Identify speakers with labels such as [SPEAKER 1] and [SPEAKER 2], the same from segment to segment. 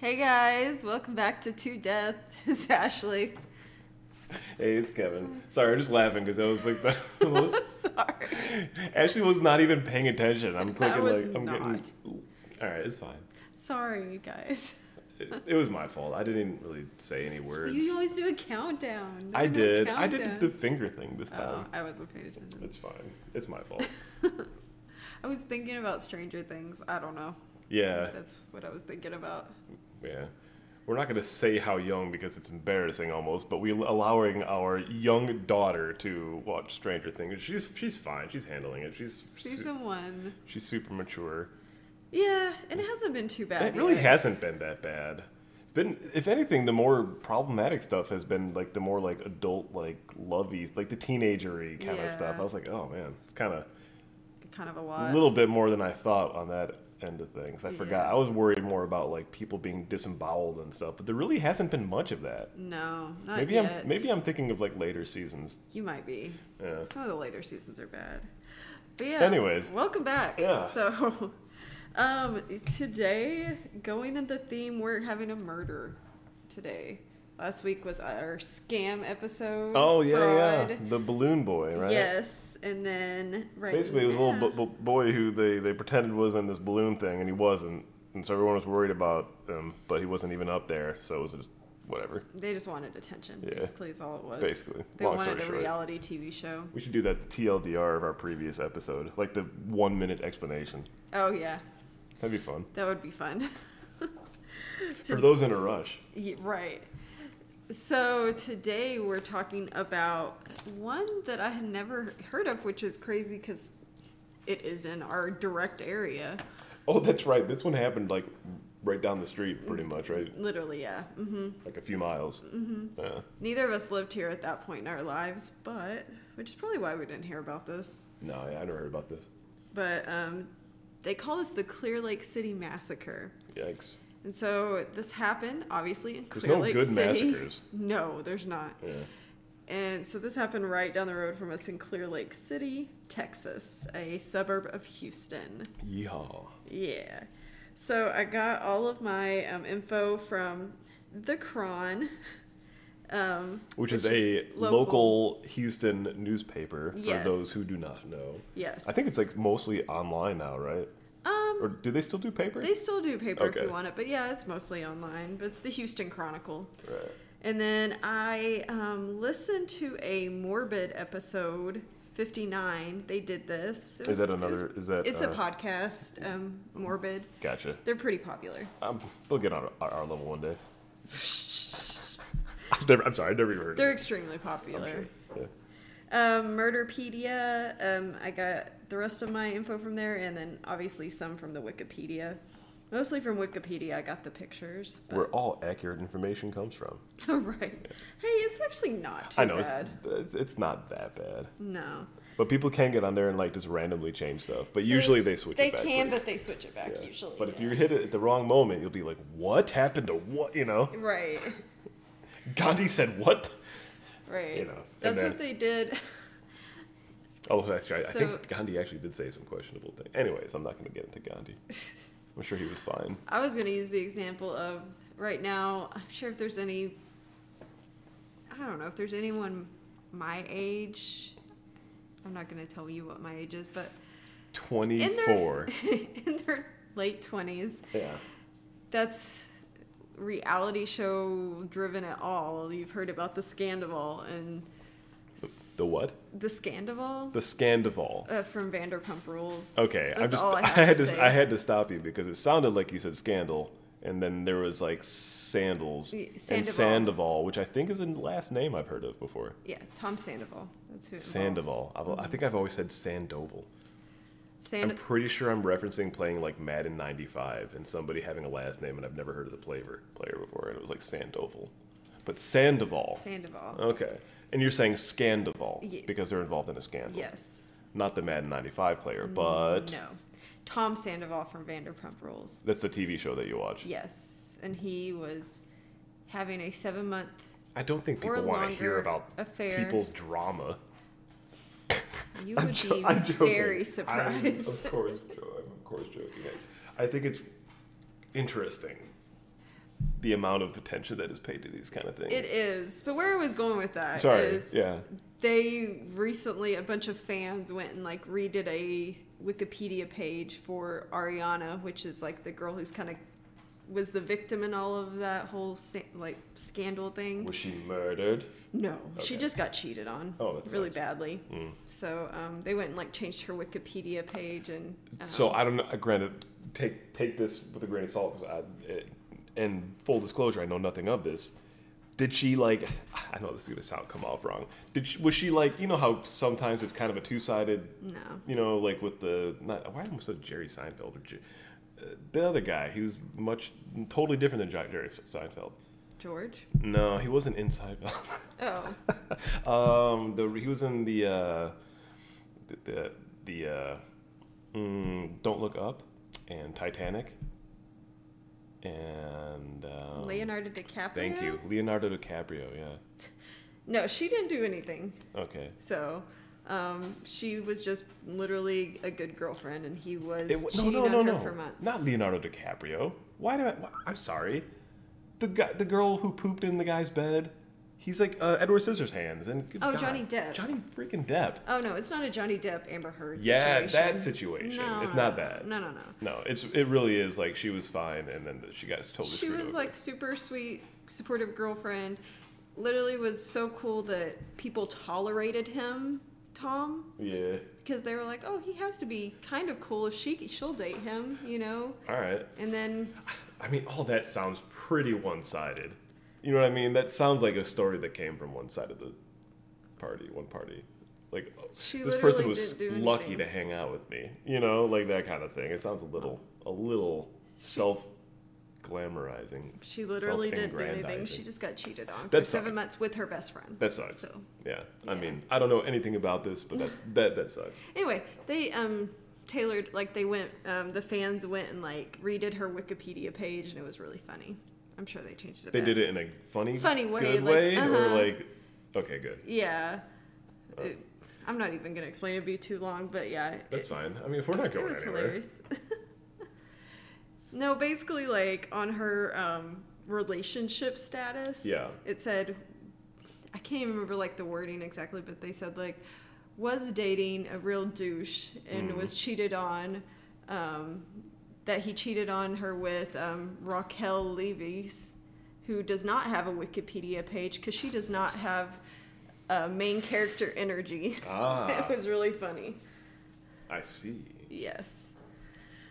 [SPEAKER 1] Hey guys, welcome back to Two Death. It's Ashley.
[SPEAKER 2] Hey, it's Kevin. Sorry, I'm just laughing because I was like, the most,
[SPEAKER 1] Sorry.
[SPEAKER 2] Ashley was not even paying attention. I'm
[SPEAKER 1] I
[SPEAKER 2] clicking
[SPEAKER 1] was
[SPEAKER 2] like I'm
[SPEAKER 1] not.
[SPEAKER 2] getting. All right, it's fine.
[SPEAKER 1] Sorry, you guys.
[SPEAKER 2] It, it was my fault. I didn't even really say any words.
[SPEAKER 1] You always do a countdown.
[SPEAKER 2] I
[SPEAKER 1] Never do a
[SPEAKER 2] did. I
[SPEAKER 1] countdown.
[SPEAKER 2] did the finger thing this
[SPEAKER 1] Oh,
[SPEAKER 2] time.
[SPEAKER 1] I wasn't paying attention.
[SPEAKER 2] It's fine. It's my fault.
[SPEAKER 1] I was thinking about Stranger Things. I don't know.
[SPEAKER 2] Yeah,
[SPEAKER 1] That's what I was thinking about.
[SPEAKER 2] yeah. We're not going to say how young because it's embarrassing almost, but we're allowing our young daughter to watch Stranger Things. She's she's fine. She's handling it. She's su-
[SPEAKER 1] Season one.
[SPEAKER 2] she's super mature.
[SPEAKER 1] Yeah, and it hasn't been too bad.
[SPEAKER 2] It really
[SPEAKER 1] yet.
[SPEAKER 2] hasn't been that bad. It's been, if anything, the more problematic stuff has been like the more like adult, like lovey, like the teenagery kind of stuff.
[SPEAKER 1] Yeah.
[SPEAKER 2] I was like, oh man, it's kind of
[SPEAKER 1] Kind of a lot.
[SPEAKER 2] a little bit more than I thought on that end of things. I forgot.
[SPEAKER 1] Yeah.
[SPEAKER 2] I was worried more about like people being disemboweled and stuff, but there really hasn't been much of that.
[SPEAKER 1] No, not
[SPEAKER 2] maybe
[SPEAKER 1] yet.
[SPEAKER 2] I'm maybe I'm thinking of like later seasons.
[SPEAKER 1] You might be.
[SPEAKER 2] Yeah.
[SPEAKER 1] Some of the later seasons are bad. But yeah.
[SPEAKER 2] Anyways.
[SPEAKER 1] welcome back.
[SPEAKER 2] Yeah.
[SPEAKER 1] So, um, today going in the theme, we're having a murder today. Last week was our scam episode.
[SPEAKER 2] Oh yeah, yeah,
[SPEAKER 1] Mm, fraud.
[SPEAKER 2] the balloon boy, right?
[SPEAKER 1] Yes, and then right.
[SPEAKER 2] Basically, it was a little
[SPEAKER 1] now-
[SPEAKER 2] b- b- boy who they, they pretended was in this balloon thing, and he wasn't. And so everyone was worried about him, but he wasn't even up there, so it was just whatever.
[SPEAKER 1] They just wanted attention.
[SPEAKER 2] Yeah.
[SPEAKER 1] Basically, is all it was.
[SPEAKER 2] Basically.
[SPEAKER 1] they
[SPEAKER 2] Long
[SPEAKER 1] wanted
[SPEAKER 2] story
[SPEAKER 1] a
[SPEAKER 2] short.
[SPEAKER 1] reality TV show.
[SPEAKER 2] We should do that TLDR of our previous episode, like the one minute explanation.
[SPEAKER 1] Oh yeah,
[SPEAKER 2] That'd be fun.
[SPEAKER 1] that would be fun.
[SPEAKER 2] For those in a rush.
[SPEAKER 1] Ye- right. So today we're talking about one that I had never heard of, which is crazy because it is in our direct area.
[SPEAKER 2] Oh, that's right. This one happened like right down the street, pretty much, right?
[SPEAKER 1] Literally, yeah. hmm
[SPEAKER 2] Like a few miles. Mm-hmm. Yeah.
[SPEAKER 1] Neither of us lived here at that point in our lives, but which is probably why we didn't hear about this.
[SPEAKER 2] No, yeah, I never heard about this.
[SPEAKER 1] But um, they call this the Clear Lake City Massacre.
[SPEAKER 2] Yikes.
[SPEAKER 1] And so this happened, obviously, in
[SPEAKER 2] There's
[SPEAKER 1] Clear
[SPEAKER 2] no
[SPEAKER 1] Lake
[SPEAKER 2] good
[SPEAKER 1] City.
[SPEAKER 2] massacres.
[SPEAKER 1] No, there's not.
[SPEAKER 2] Yeah.
[SPEAKER 1] And so this happened right down the road from us in Clear Lake City, Texas, a suburb of Houston.
[SPEAKER 2] Yeehaw.
[SPEAKER 1] Yeah. So I got all of my um, info from The Cron. Um,
[SPEAKER 2] Which is a local. Houston newspaper
[SPEAKER 1] Yes.
[SPEAKER 2] for those who do not know.
[SPEAKER 1] Yes.
[SPEAKER 2] I think it's like mostly online now, right?
[SPEAKER 1] Um,
[SPEAKER 2] Or do they still do paper?
[SPEAKER 1] they still do paper if
[SPEAKER 2] Okay.
[SPEAKER 1] you want it, but yeah, it's mostly online. But it's the Houston Chronicle.
[SPEAKER 2] Right.
[SPEAKER 1] And then I um, listened to a Morbid episode 59. They did this. It
[SPEAKER 2] Is that
[SPEAKER 1] it
[SPEAKER 2] another? is that?
[SPEAKER 1] It's
[SPEAKER 2] uh,
[SPEAKER 1] a podcast, um, Morbid.
[SPEAKER 2] Gotcha.
[SPEAKER 1] They're pretty popular.
[SPEAKER 2] Um, they'll get on our, our level one day. I've never, I'm sorry, I've never even heard.
[SPEAKER 1] They're
[SPEAKER 2] of
[SPEAKER 1] extremely
[SPEAKER 2] it. I'm
[SPEAKER 1] popular.
[SPEAKER 2] sure. Yeah.
[SPEAKER 1] Um, Murderpedia, um, I got the rest of my info from there, and then obviously some from the Wikipedia. Mostly from Wikipedia, I got the pictures. but-
[SPEAKER 2] Where all accurate information comes from.
[SPEAKER 1] right. Hey, it's actually not too
[SPEAKER 2] I know
[SPEAKER 1] bad.
[SPEAKER 2] It's, it's it's not that bad,
[SPEAKER 1] No.
[SPEAKER 2] but people can get on there and like just randomly change stuff. But
[SPEAKER 1] So
[SPEAKER 2] usually they switch.
[SPEAKER 1] They
[SPEAKER 2] it back
[SPEAKER 1] can,
[SPEAKER 2] quick.
[SPEAKER 1] but they switch it back
[SPEAKER 2] Yeah.
[SPEAKER 1] usually.
[SPEAKER 2] But if
[SPEAKER 1] yeah.
[SPEAKER 2] you hit it at the wrong moment, you'll be like, "What happened to what?" You know,
[SPEAKER 1] Right,
[SPEAKER 2] Gandhi said what?
[SPEAKER 1] right.
[SPEAKER 2] You know, and
[SPEAKER 1] That's
[SPEAKER 2] then-
[SPEAKER 1] what they did.
[SPEAKER 2] Oh, actually, I I
[SPEAKER 1] So-
[SPEAKER 2] think Gandhi actually did say some questionable things. Anyways, I'm not going to get into Gandhi. I'm sure he was fine.
[SPEAKER 1] I was going to use the example of right now, I'm sure if there's any, I don't know, if there's anyone my age, I'm not going to tell you what my age is, but in their,
[SPEAKER 2] 24.
[SPEAKER 1] in their late 20s,
[SPEAKER 2] yeah.
[SPEAKER 1] that's reality show driven at all. You've heard about the Scandival and
[SPEAKER 2] The what?
[SPEAKER 1] the Scandival
[SPEAKER 2] The Scandival.
[SPEAKER 1] uh, from Vanderpump Rules.
[SPEAKER 2] Okay,
[SPEAKER 1] that's
[SPEAKER 2] I'm just.
[SPEAKER 1] all
[SPEAKER 2] I,
[SPEAKER 1] I, have
[SPEAKER 2] had
[SPEAKER 1] to,
[SPEAKER 2] to. s-
[SPEAKER 1] say.
[SPEAKER 2] I had to stop you because it sounded like you said scandal, and then there was like sandals
[SPEAKER 1] Y-
[SPEAKER 2] and
[SPEAKER 1] Sandoval.
[SPEAKER 2] Sandoval, which I think is a last name I've heard of before.
[SPEAKER 1] yeah, Tom Sandoval. That's who. It involves.
[SPEAKER 2] Sandoval. I've, I think I've always said Sandoval. I'm
[SPEAKER 1] Sand-
[SPEAKER 2] pretty sure I'm referencing playing like Madden '95 and somebody having a last name, and I've never heard of the player player before, and it was like Sandoval, but Sandoval.
[SPEAKER 1] Sandoval.
[SPEAKER 2] Okay. And you're saying Scandival
[SPEAKER 1] Ye-
[SPEAKER 2] because they're involved in a scandal.
[SPEAKER 1] Yes.
[SPEAKER 2] Not the Madden 95 player, but
[SPEAKER 1] No. Tom Sandoval from Vanderpump Rules.
[SPEAKER 2] that's the TV show that you watch.
[SPEAKER 1] Yes. And he was having a seven month
[SPEAKER 2] I don't think
[SPEAKER 1] or
[SPEAKER 2] people want to
[SPEAKER 1] longer
[SPEAKER 2] hear about
[SPEAKER 1] affair.
[SPEAKER 2] people's drama.
[SPEAKER 1] You
[SPEAKER 2] I'm
[SPEAKER 1] would
[SPEAKER 2] jo-
[SPEAKER 1] be
[SPEAKER 2] I'm joking.
[SPEAKER 1] very
[SPEAKER 2] I'm,
[SPEAKER 1] surprised.
[SPEAKER 2] of course, jo- I'm of course joking. I I think it's interesting the amount of attention that is paid to these kind of things.
[SPEAKER 1] It is. But where I was going with that
[SPEAKER 2] Sorry.
[SPEAKER 1] is
[SPEAKER 2] yeah.
[SPEAKER 1] they recently a bunch of fans went and like redid a Wikipedia page for Ariana, which is like the girl who's kind of was the victim in all of that whole sa- like scandal thing.
[SPEAKER 2] Was she murdered?
[SPEAKER 1] No, she
[SPEAKER 2] Okay.
[SPEAKER 1] just got cheated on
[SPEAKER 2] Oh, that
[SPEAKER 1] really
[SPEAKER 2] sucks. Mm.
[SPEAKER 1] badly. So um, they went and like changed her Wikipedia page and um,
[SPEAKER 2] So I don't know. uh, Granted, take take this with a grain of salt. 'cause I, it, and full disclosure, I know nothing of this. Did she like? I know this is gonna sound come off wrong. Did she, was she like? You know how sometimes it's kind of a two sided.
[SPEAKER 1] no.
[SPEAKER 2] You know, like with the not. Why almost said Jerry Seinfeld or Jer- uh, the other guy who's much totally different than Jack- Jerry Seinfeld.
[SPEAKER 1] George?
[SPEAKER 2] No, he wasn't in Seinfeld.
[SPEAKER 1] Oh.
[SPEAKER 2] Um, the he was in the uh, the the, the uh, mm, Don't Look Up and Titanic and um,
[SPEAKER 1] Leonardo DiCaprio.
[SPEAKER 2] Thank you, Leonardo DiCaprio. Yeah.
[SPEAKER 1] No, she didn't do anything.
[SPEAKER 2] Okay.
[SPEAKER 1] So um, she was just literally a good girlfriend, and he was
[SPEAKER 2] It, wa- no,
[SPEAKER 1] cheating
[SPEAKER 2] no, no,
[SPEAKER 1] on her
[SPEAKER 2] no.
[SPEAKER 1] for months.
[SPEAKER 2] Not Leonardo DiCaprio. Why do I? Why, I'm sorry. The guy, the girl who pooped in the guy's bed. He's like uh, Edward Scissorhands and good
[SPEAKER 1] Oh,
[SPEAKER 2] God,
[SPEAKER 1] Johnny Depp.
[SPEAKER 2] Johnny freaking Depp.
[SPEAKER 1] oh no, it's not a Johnny Depp Amber Heard.
[SPEAKER 2] Yeah,
[SPEAKER 1] situation.
[SPEAKER 2] that situation.
[SPEAKER 1] No,
[SPEAKER 2] It's
[SPEAKER 1] no,
[SPEAKER 2] not
[SPEAKER 1] no,
[SPEAKER 2] that.
[SPEAKER 1] No, no, no.
[SPEAKER 2] No, it's it really is like she was fine, and then she got totally.
[SPEAKER 1] She
[SPEAKER 2] screwed
[SPEAKER 1] was
[SPEAKER 2] over.
[SPEAKER 1] like super sweet, supportive girlfriend. Literally was so cool that people tolerated him, Tom,
[SPEAKER 2] yeah.
[SPEAKER 1] because they were like, "Oh, he has to be kind of cool if she she'll date him," you know.
[SPEAKER 2] All right.
[SPEAKER 1] And then
[SPEAKER 2] I mean, all that sounds pretty one-sided. You know what I mean? That sounds like a story that came from one side of the party, one party. Like uh,
[SPEAKER 1] She
[SPEAKER 2] this
[SPEAKER 1] literally
[SPEAKER 2] person was
[SPEAKER 1] didn't do
[SPEAKER 2] lucky
[SPEAKER 1] anything.
[SPEAKER 2] to hang out with me. You know, like that kind of thing. It sounds a little, a little self-glamorizing.
[SPEAKER 1] she literally didn't do anything.
[SPEAKER 2] Self-aggrandizing.
[SPEAKER 1] She just got cheated on for
[SPEAKER 2] That's
[SPEAKER 1] seven
[SPEAKER 2] fine.
[SPEAKER 1] months with her best friend.
[SPEAKER 2] That sucks.
[SPEAKER 1] So.
[SPEAKER 2] yeah. I
[SPEAKER 1] Yeah.
[SPEAKER 2] mean, I don't know anything about this, but that that, that sucks.
[SPEAKER 1] Anyway, they um tailored like they went um the fans went and like redid her Wikipedia page and it was really funny. I'm sure they changed it. A
[SPEAKER 2] They
[SPEAKER 1] bit.
[SPEAKER 2] did it in a funny,
[SPEAKER 1] Funny way,
[SPEAKER 2] good
[SPEAKER 1] like,
[SPEAKER 2] way,
[SPEAKER 1] uh-huh.
[SPEAKER 2] or like, okay, good. Uh,
[SPEAKER 1] Yeah. It- I'm not even gonna explain it. It'd be too long, but yeah,
[SPEAKER 2] That's
[SPEAKER 1] it,
[SPEAKER 2] fine. I mean, if we're not
[SPEAKER 1] it
[SPEAKER 2] going
[SPEAKER 1] was
[SPEAKER 2] anywhere,
[SPEAKER 1] hilarious. no, basically like on her um relationship status.
[SPEAKER 2] Yeah.
[SPEAKER 1] It said, I can't even remember like the wording exactly, but they said like was dating a real douche and
[SPEAKER 2] Mm.
[SPEAKER 1] was cheated on. Um, that he cheated on her with um, Raquel Levis, who does not have a Wikipedia page because she does not have uh, main character energy.
[SPEAKER 2] Ah.
[SPEAKER 1] it was really funny.
[SPEAKER 2] I see.
[SPEAKER 1] Yes.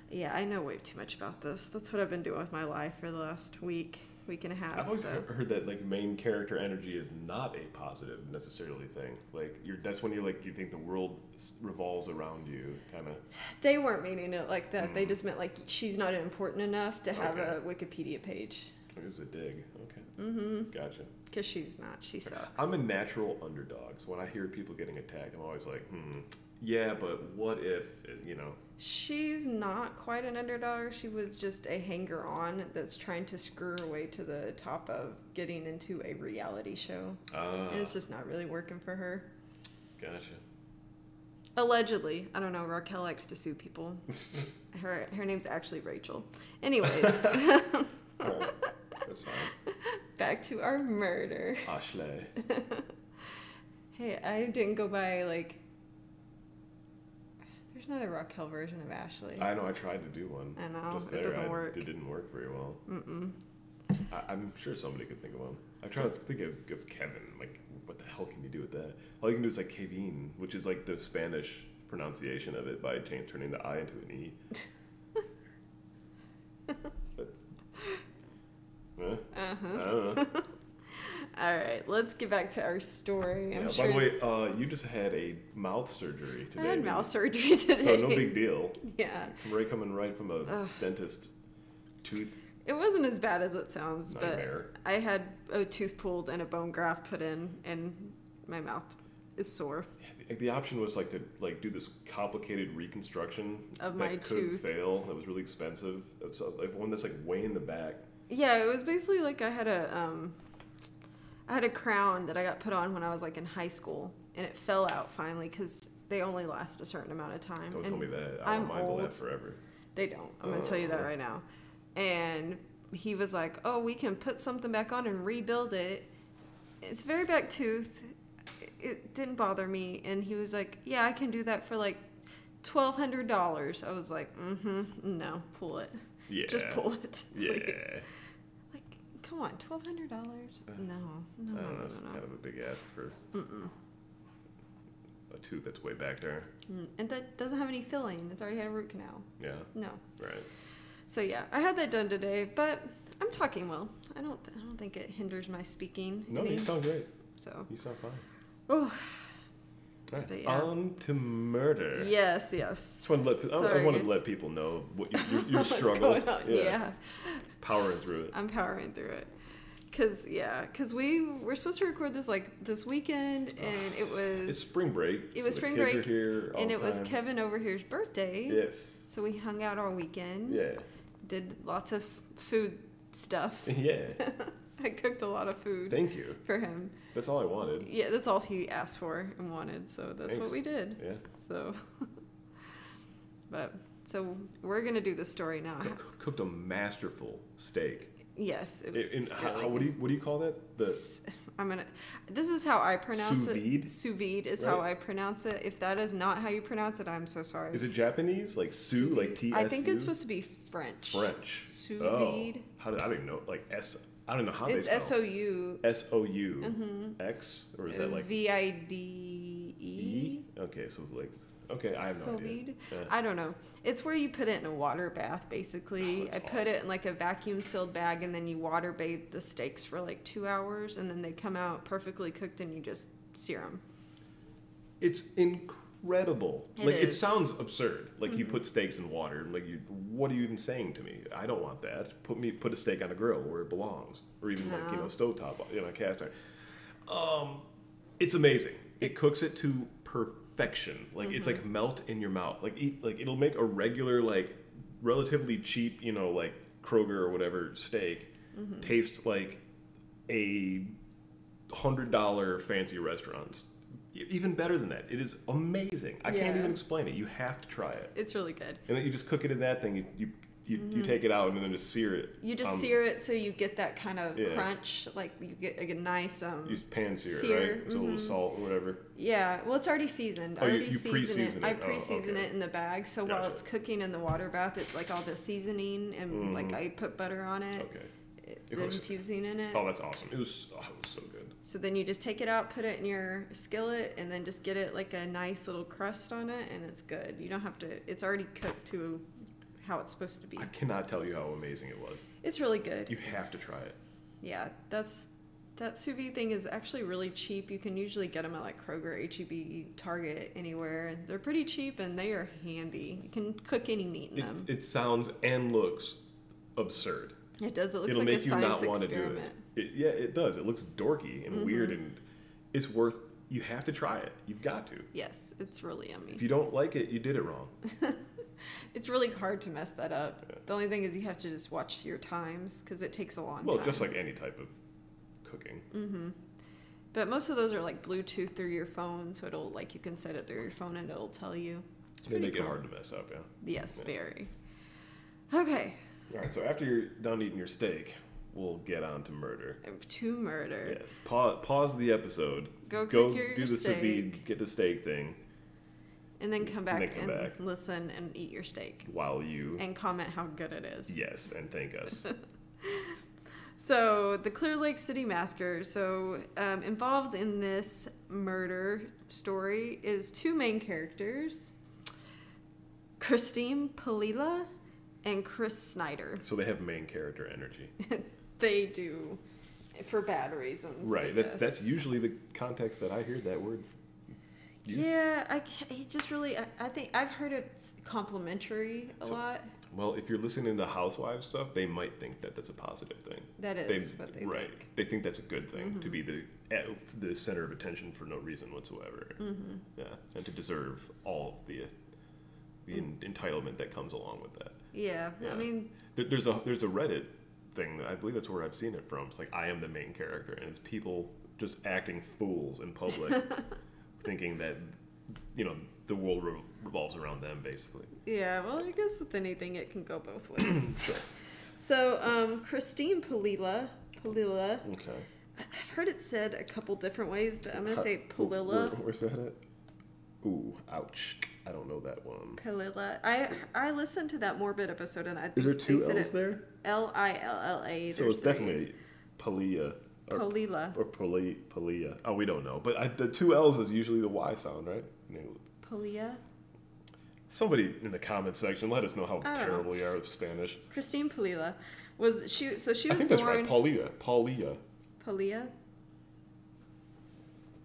[SPEAKER 1] Yeah, I know way too much about this. That's what I've been doing with my life for the last week, week and a half.
[SPEAKER 2] I've always
[SPEAKER 1] so.
[SPEAKER 2] he- heard that like main character energy is not a positive necessarily thing. Like you're that's when you like you think the world s- revolves around you, kind of.
[SPEAKER 1] They weren't meaning it like that. They just meant like she's not important enough to have
[SPEAKER 2] Mm. Okay.
[SPEAKER 1] a Wikipedia page
[SPEAKER 2] There's a dig. Okay. Mm-hmm. Gotcha.
[SPEAKER 1] because she's not. She sucks.
[SPEAKER 2] I'm a natural underdog, so when I hear people getting attacked, I'm always like, hmm, yeah, but what if it- you know?
[SPEAKER 1] she's not quite an underdog. She was just a hanger on that's trying to screw her way to the top of getting into a reality show.
[SPEAKER 2] Ah,
[SPEAKER 1] And it's just not really working for her.
[SPEAKER 2] gotcha.
[SPEAKER 1] Allegedly, I don't know. Raquel likes to sue people. her her name's actually Rachel. Anyways,
[SPEAKER 2] All right. That's fine.
[SPEAKER 1] back to our murder.
[SPEAKER 2] Ashley.
[SPEAKER 1] Hey, I didn't go by like. There's not a Raquel version of Ashley.
[SPEAKER 2] I know I tried to do one.
[SPEAKER 1] I know,
[SPEAKER 2] Just
[SPEAKER 1] Oh, it
[SPEAKER 2] there,
[SPEAKER 1] doesn't
[SPEAKER 2] I-
[SPEAKER 1] work.
[SPEAKER 2] It didn't work very well.
[SPEAKER 1] Mm-mm.
[SPEAKER 2] I, I'm sure somebody could think of one. I try to think of, of Kevin. Like, what the hell can you do with that? All you can do is like Kevin, which is like the Spanish pronunciation of it by change, turning the I into an E. but, Eh,
[SPEAKER 1] Uh
[SPEAKER 2] I
[SPEAKER 1] huh.
[SPEAKER 2] don't know.
[SPEAKER 1] All right, let's get back to our story. I'm
[SPEAKER 2] Yeah,
[SPEAKER 1] sure
[SPEAKER 2] By the way, uh, you just had a mouth surgery
[SPEAKER 1] I
[SPEAKER 2] today.
[SPEAKER 1] had
[SPEAKER 2] dude.
[SPEAKER 1] mouth surgery today.
[SPEAKER 2] So no big deal.
[SPEAKER 1] yeah,
[SPEAKER 2] Ray coming right from a
[SPEAKER 1] Ugh.
[SPEAKER 2] dentist tooth
[SPEAKER 1] it wasn't as bad as it sounds,
[SPEAKER 2] nightmare.
[SPEAKER 1] but I had a tooth pulled and a bone graft put in, and my mouth is sore.
[SPEAKER 2] Like, The option was like to like do this complicated reconstruction
[SPEAKER 1] Of
[SPEAKER 2] that
[SPEAKER 1] my
[SPEAKER 2] could
[SPEAKER 1] tooth.
[SPEAKER 2] fail. That was really expensive. Of so- like one that's like way in the back.
[SPEAKER 1] Yeah, it was basically like I had a um, I had a crown that I got put on when I was like in high school, and it fell out finally because they only last a certain amount of time.
[SPEAKER 2] Don't
[SPEAKER 1] and
[SPEAKER 2] tell me that. I
[SPEAKER 1] I'm
[SPEAKER 2] will mindle that
[SPEAKER 1] old.
[SPEAKER 2] forever.
[SPEAKER 1] They don't. I'm gonna tell you that
[SPEAKER 2] Uh.
[SPEAKER 1] right now. and he was like, "Oh, we can put something back on and rebuild it." It's very back tooth. It didn't bother me, and he was like, "Yeah, I can do that for like twelve hundred dollars." I was like, "Mm-hmm, no, pull it,
[SPEAKER 2] Yeah.
[SPEAKER 1] just pull it,
[SPEAKER 2] Yeah.
[SPEAKER 1] please." Like, come on, twelve hundred dollars?
[SPEAKER 2] Uh,
[SPEAKER 1] No, no,
[SPEAKER 2] I
[SPEAKER 1] no,
[SPEAKER 2] don't know,
[SPEAKER 1] no,
[SPEAKER 2] that's
[SPEAKER 1] no,
[SPEAKER 2] kind of a big ask for
[SPEAKER 1] no. Mm-mm.
[SPEAKER 2] a tooth that's way back there.
[SPEAKER 1] Mm. And that doesn't have any filling. It's already had a root canal.
[SPEAKER 2] Yeah,
[SPEAKER 1] No.
[SPEAKER 2] right.
[SPEAKER 1] So yeah, I had that done today, but I'm talking well. I don't. I don't think it hinders my speaking.
[SPEAKER 2] No,
[SPEAKER 1] any,
[SPEAKER 2] you sound great.
[SPEAKER 1] so.
[SPEAKER 2] You sound fine.
[SPEAKER 1] Oh
[SPEAKER 2] All right.
[SPEAKER 1] But yeah.
[SPEAKER 2] On to murder.
[SPEAKER 1] yes, yes.
[SPEAKER 2] Just wanted to let, I- I
[SPEAKER 1] Sorry,
[SPEAKER 2] wanted to
[SPEAKER 1] guys.
[SPEAKER 2] let people know what your, your, your
[SPEAKER 1] What's
[SPEAKER 2] struggle.
[SPEAKER 1] going on. Yeah.
[SPEAKER 2] Powering through it.
[SPEAKER 1] I'm powering through it. Cause yeah, cause we were supposed to record this like this weekend, and it
[SPEAKER 2] It's
[SPEAKER 1] was
[SPEAKER 2] spring break.
[SPEAKER 1] it was
[SPEAKER 2] so
[SPEAKER 1] spring
[SPEAKER 2] the kids
[SPEAKER 1] break,
[SPEAKER 2] Are here all
[SPEAKER 1] and
[SPEAKER 2] the
[SPEAKER 1] it was
[SPEAKER 2] time.
[SPEAKER 1] Kevin over here's birthday.
[SPEAKER 2] Yes.
[SPEAKER 1] So we hung out all weekend.
[SPEAKER 2] Yeah.
[SPEAKER 1] Did lots of food stuff.
[SPEAKER 2] Yeah.
[SPEAKER 1] I cooked a lot of food
[SPEAKER 2] Thank you.
[SPEAKER 1] for him.
[SPEAKER 2] That's all I wanted.
[SPEAKER 1] Yeah, that's all he asked for and wanted, so that's what
[SPEAKER 2] Thanks.
[SPEAKER 1] we did.
[SPEAKER 2] Yeah.
[SPEAKER 1] So, but so we're gonna do the story now.
[SPEAKER 2] Cook- cook- Cooked a masterful steak.
[SPEAKER 1] Yes, it,
[SPEAKER 2] In- in-
[SPEAKER 1] it's
[SPEAKER 2] how,
[SPEAKER 1] really
[SPEAKER 2] how- what do you what do you call that? The
[SPEAKER 1] S- I'm gonna. This is how I pronounce
[SPEAKER 2] Sous
[SPEAKER 1] it.
[SPEAKER 2] vide?
[SPEAKER 1] Sous vide is how I pronounce it. If that is not how you pronounce it, I'm so sorry.
[SPEAKER 2] is it Japanese like sous like T S
[SPEAKER 1] I think it's supposed to be French.
[SPEAKER 2] French.
[SPEAKER 1] Sous
[SPEAKER 2] Oh,
[SPEAKER 1] vide.
[SPEAKER 2] how did I don't even know like S? I don't know how
[SPEAKER 1] It's
[SPEAKER 2] they
[SPEAKER 1] S
[SPEAKER 2] spell.
[SPEAKER 1] O U Mm-hmm.
[SPEAKER 2] S O U X or is that like
[SPEAKER 1] V I D E.
[SPEAKER 2] E? Okay, so like okay, I have no
[SPEAKER 1] Sous
[SPEAKER 2] idea.
[SPEAKER 1] vide?
[SPEAKER 2] Yeah.
[SPEAKER 1] I don't know. It's where you put it in a water bath, basically.
[SPEAKER 2] Oh, that's
[SPEAKER 1] I put it in like a vacuum sealed bag, and then you water bathe the steaks for like two hours, and then they come out perfectly cooked, and you just sear them.
[SPEAKER 2] It's incredible.
[SPEAKER 1] It
[SPEAKER 2] like it
[SPEAKER 1] is. Mm-hmm.
[SPEAKER 2] sounds absurd. Like you put steaks in water. Like you, what are you even saying to me? I don't want that. Put me put a steak on a grill where it belongs, or even like you
[SPEAKER 1] No.
[SPEAKER 2] know stovetop, you know cast iron. Um, it's amazing. It cooks it to perfection. Like it's like
[SPEAKER 1] Mm-hmm.
[SPEAKER 2] melt in your mouth. Like eat like it'll make a regular like relatively cheap you know like Kroger or whatever steak
[SPEAKER 1] Mm-hmm.
[SPEAKER 2] taste like a hundred dollar fancy restaurants. E- Even better than that. It is amazing. I can't
[SPEAKER 1] Yeah.
[SPEAKER 2] even explain it. You have to try it.
[SPEAKER 1] It's really good.
[SPEAKER 2] And then you just cook it in that thing. You you, you, you take it out and then just sear it.
[SPEAKER 1] Mm-hmm.
[SPEAKER 2] Um,
[SPEAKER 1] You just
[SPEAKER 2] on-
[SPEAKER 1] sear it so you get that kind of
[SPEAKER 2] Yeah.
[SPEAKER 1] crunch, like you get like a nice um.
[SPEAKER 2] You pan sear,
[SPEAKER 1] Sear, Mm-hmm.
[SPEAKER 2] it, right? With a little salt or whatever.
[SPEAKER 1] yeah, well, it's already seasoned.
[SPEAKER 2] Oh,
[SPEAKER 1] I
[SPEAKER 2] you-
[SPEAKER 1] already
[SPEAKER 2] you
[SPEAKER 1] season it.
[SPEAKER 2] pre-season
[SPEAKER 1] I
[SPEAKER 2] it. Oh,
[SPEAKER 1] pre-season
[SPEAKER 2] okay.
[SPEAKER 1] it in the bag, so while
[SPEAKER 2] Gotcha.
[SPEAKER 1] it's cooking in the water bath, it's like all the seasoning and like I put butter on it.
[SPEAKER 2] Mm. Okay.
[SPEAKER 1] It,
[SPEAKER 2] It
[SPEAKER 1] they're
[SPEAKER 2] goes-
[SPEAKER 1] infusing in it.
[SPEAKER 2] Oh, that's awesome. It was, oh, it was so good.
[SPEAKER 1] So then you just take it out, put it in your skillet, and then just get it like a nice little crust on it, and it's good. You don't have to. It's already cooked to how it's supposed to be.
[SPEAKER 2] I cannot tell you how amazing it was.
[SPEAKER 1] It's really good.
[SPEAKER 2] You have to try it.
[SPEAKER 1] yeah, that's that sous vide thing is actually really cheap. You can usually get them at like Kroger, HEB, Target, anywhere. They're pretty cheap and they are handy. You can cook any meat in
[SPEAKER 2] It,
[SPEAKER 1] them.
[SPEAKER 2] it sounds and looks absurd.
[SPEAKER 1] It does. It looks
[SPEAKER 2] It'll
[SPEAKER 1] like
[SPEAKER 2] make
[SPEAKER 1] a
[SPEAKER 2] you
[SPEAKER 1] science
[SPEAKER 2] not want to
[SPEAKER 1] experiment. Mm-hmm.
[SPEAKER 2] do it. it. Yeah, it does. It looks dorky and weird, and it's worth. You have to try it. You've got to.
[SPEAKER 1] Yes, it's really yummy.
[SPEAKER 2] If you don't like it, you did it wrong.
[SPEAKER 1] It's really hard to mess that up.
[SPEAKER 2] Yeah.
[SPEAKER 1] The only thing is you have to just watch your times because it takes a long
[SPEAKER 2] Well,
[SPEAKER 1] time.
[SPEAKER 2] just like any type of cooking.
[SPEAKER 1] Mm, But most of those are like Bluetooth through your phone, so it'll like you can set it through your phone and it'll tell you. It's
[SPEAKER 2] They
[SPEAKER 1] pretty
[SPEAKER 2] make it
[SPEAKER 1] cool.
[SPEAKER 2] hard to mess up, yeah.
[SPEAKER 1] Yes,
[SPEAKER 2] Yeah.
[SPEAKER 1] very. Okay,
[SPEAKER 2] All right, so after you're done eating your steak, we'll get on to murder.
[SPEAKER 1] to murder.
[SPEAKER 2] Yes. Pause, pause the episode.
[SPEAKER 1] Go cook your
[SPEAKER 2] do the sous vide,
[SPEAKER 1] steak.
[SPEAKER 2] get the steak thing
[SPEAKER 1] And then come back
[SPEAKER 2] And then
[SPEAKER 1] and,
[SPEAKER 2] come back. Mm-hmm.
[SPEAKER 1] listen and eat your steak
[SPEAKER 2] while you.
[SPEAKER 1] and comment how good it is.
[SPEAKER 2] yes, and thank us.
[SPEAKER 1] So, the Clear Lake City Massacre. So, um, involved in this murder story is two main characters Christine Palila and Chris Snyder.
[SPEAKER 2] so they have main character energy.
[SPEAKER 1] They do for bad reasons. I
[SPEAKER 2] right. That, that's
[SPEAKER 1] guess.
[SPEAKER 2] usually the context that I hear that word used.
[SPEAKER 1] Yeah, I ca it just really, I, I think I've heard it's complimentary a
[SPEAKER 2] So-
[SPEAKER 1] lot.
[SPEAKER 2] Well, if you're listening to housewives stuff, they might think that that's a positive thing.
[SPEAKER 1] That is what they
[SPEAKER 2] right.
[SPEAKER 1] think. Mm-hmm.
[SPEAKER 2] They think that's a good thing to be the at the center of attention for no reason whatsoever. Mm-hmm. Yeah, and to deserve all of the the en-
[SPEAKER 1] Mm.
[SPEAKER 2] entitlement that comes along with that.
[SPEAKER 1] Yeah, I
[SPEAKER 2] Yeah.
[SPEAKER 1] mean,
[SPEAKER 2] There, there's a there's a Reddit thing that I believe that's where I've seen it from. It's like I am the main character, and it's people just acting fools in public, thinking that you know the world re- revolves around them basically.
[SPEAKER 1] yeah, well, I guess with anything, it can go both ways.
[SPEAKER 2] Sure.
[SPEAKER 1] So um, Christine Palila, Palila.
[SPEAKER 2] Okay.
[SPEAKER 1] I- I've heard it said a couple different ways, but I'm gonna
[SPEAKER 2] Huh.
[SPEAKER 1] say
[SPEAKER 2] Ooh, where-
[SPEAKER 1] Palilla.
[SPEAKER 2] where's that at? Ooh, ouch. I don't know that one.
[SPEAKER 1] Palilla. I I listened to that morbid episode and I think
[SPEAKER 2] Is there
[SPEAKER 1] they
[SPEAKER 2] two
[SPEAKER 1] said
[SPEAKER 2] L's
[SPEAKER 1] it-
[SPEAKER 2] there?
[SPEAKER 1] L I L L A.
[SPEAKER 2] So
[SPEAKER 1] there's
[SPEAKER 2] it's
[SPEAKER 1] three
[SPEAKER 2] definitely Palia
[SPEAKER 1] A's.
[SPEAKER 2] or,
[SPEAKER 1] Palila.
[SPEAKER 2] or Pali, Palia. Oh, we don't know. But I, the two L's is usually the Y sound, right? No.
[SPEAKER 1] Palia.
[SPEAKER 2] Somebody in the comment section, let us know how
[SPEAKER 1] I don't
[SPEAKER 2] terrible we are with Spanish.
[SPEAKER 1] Christine Palila was she? So she
[SPEAKER 2] I
[SPEAKER 1] was
[SPEAKER 2] think that's
[SPEAKER 1] born
[SPEAKER 2] right. Palia. Palia.
[SPEAKER 1] Palia.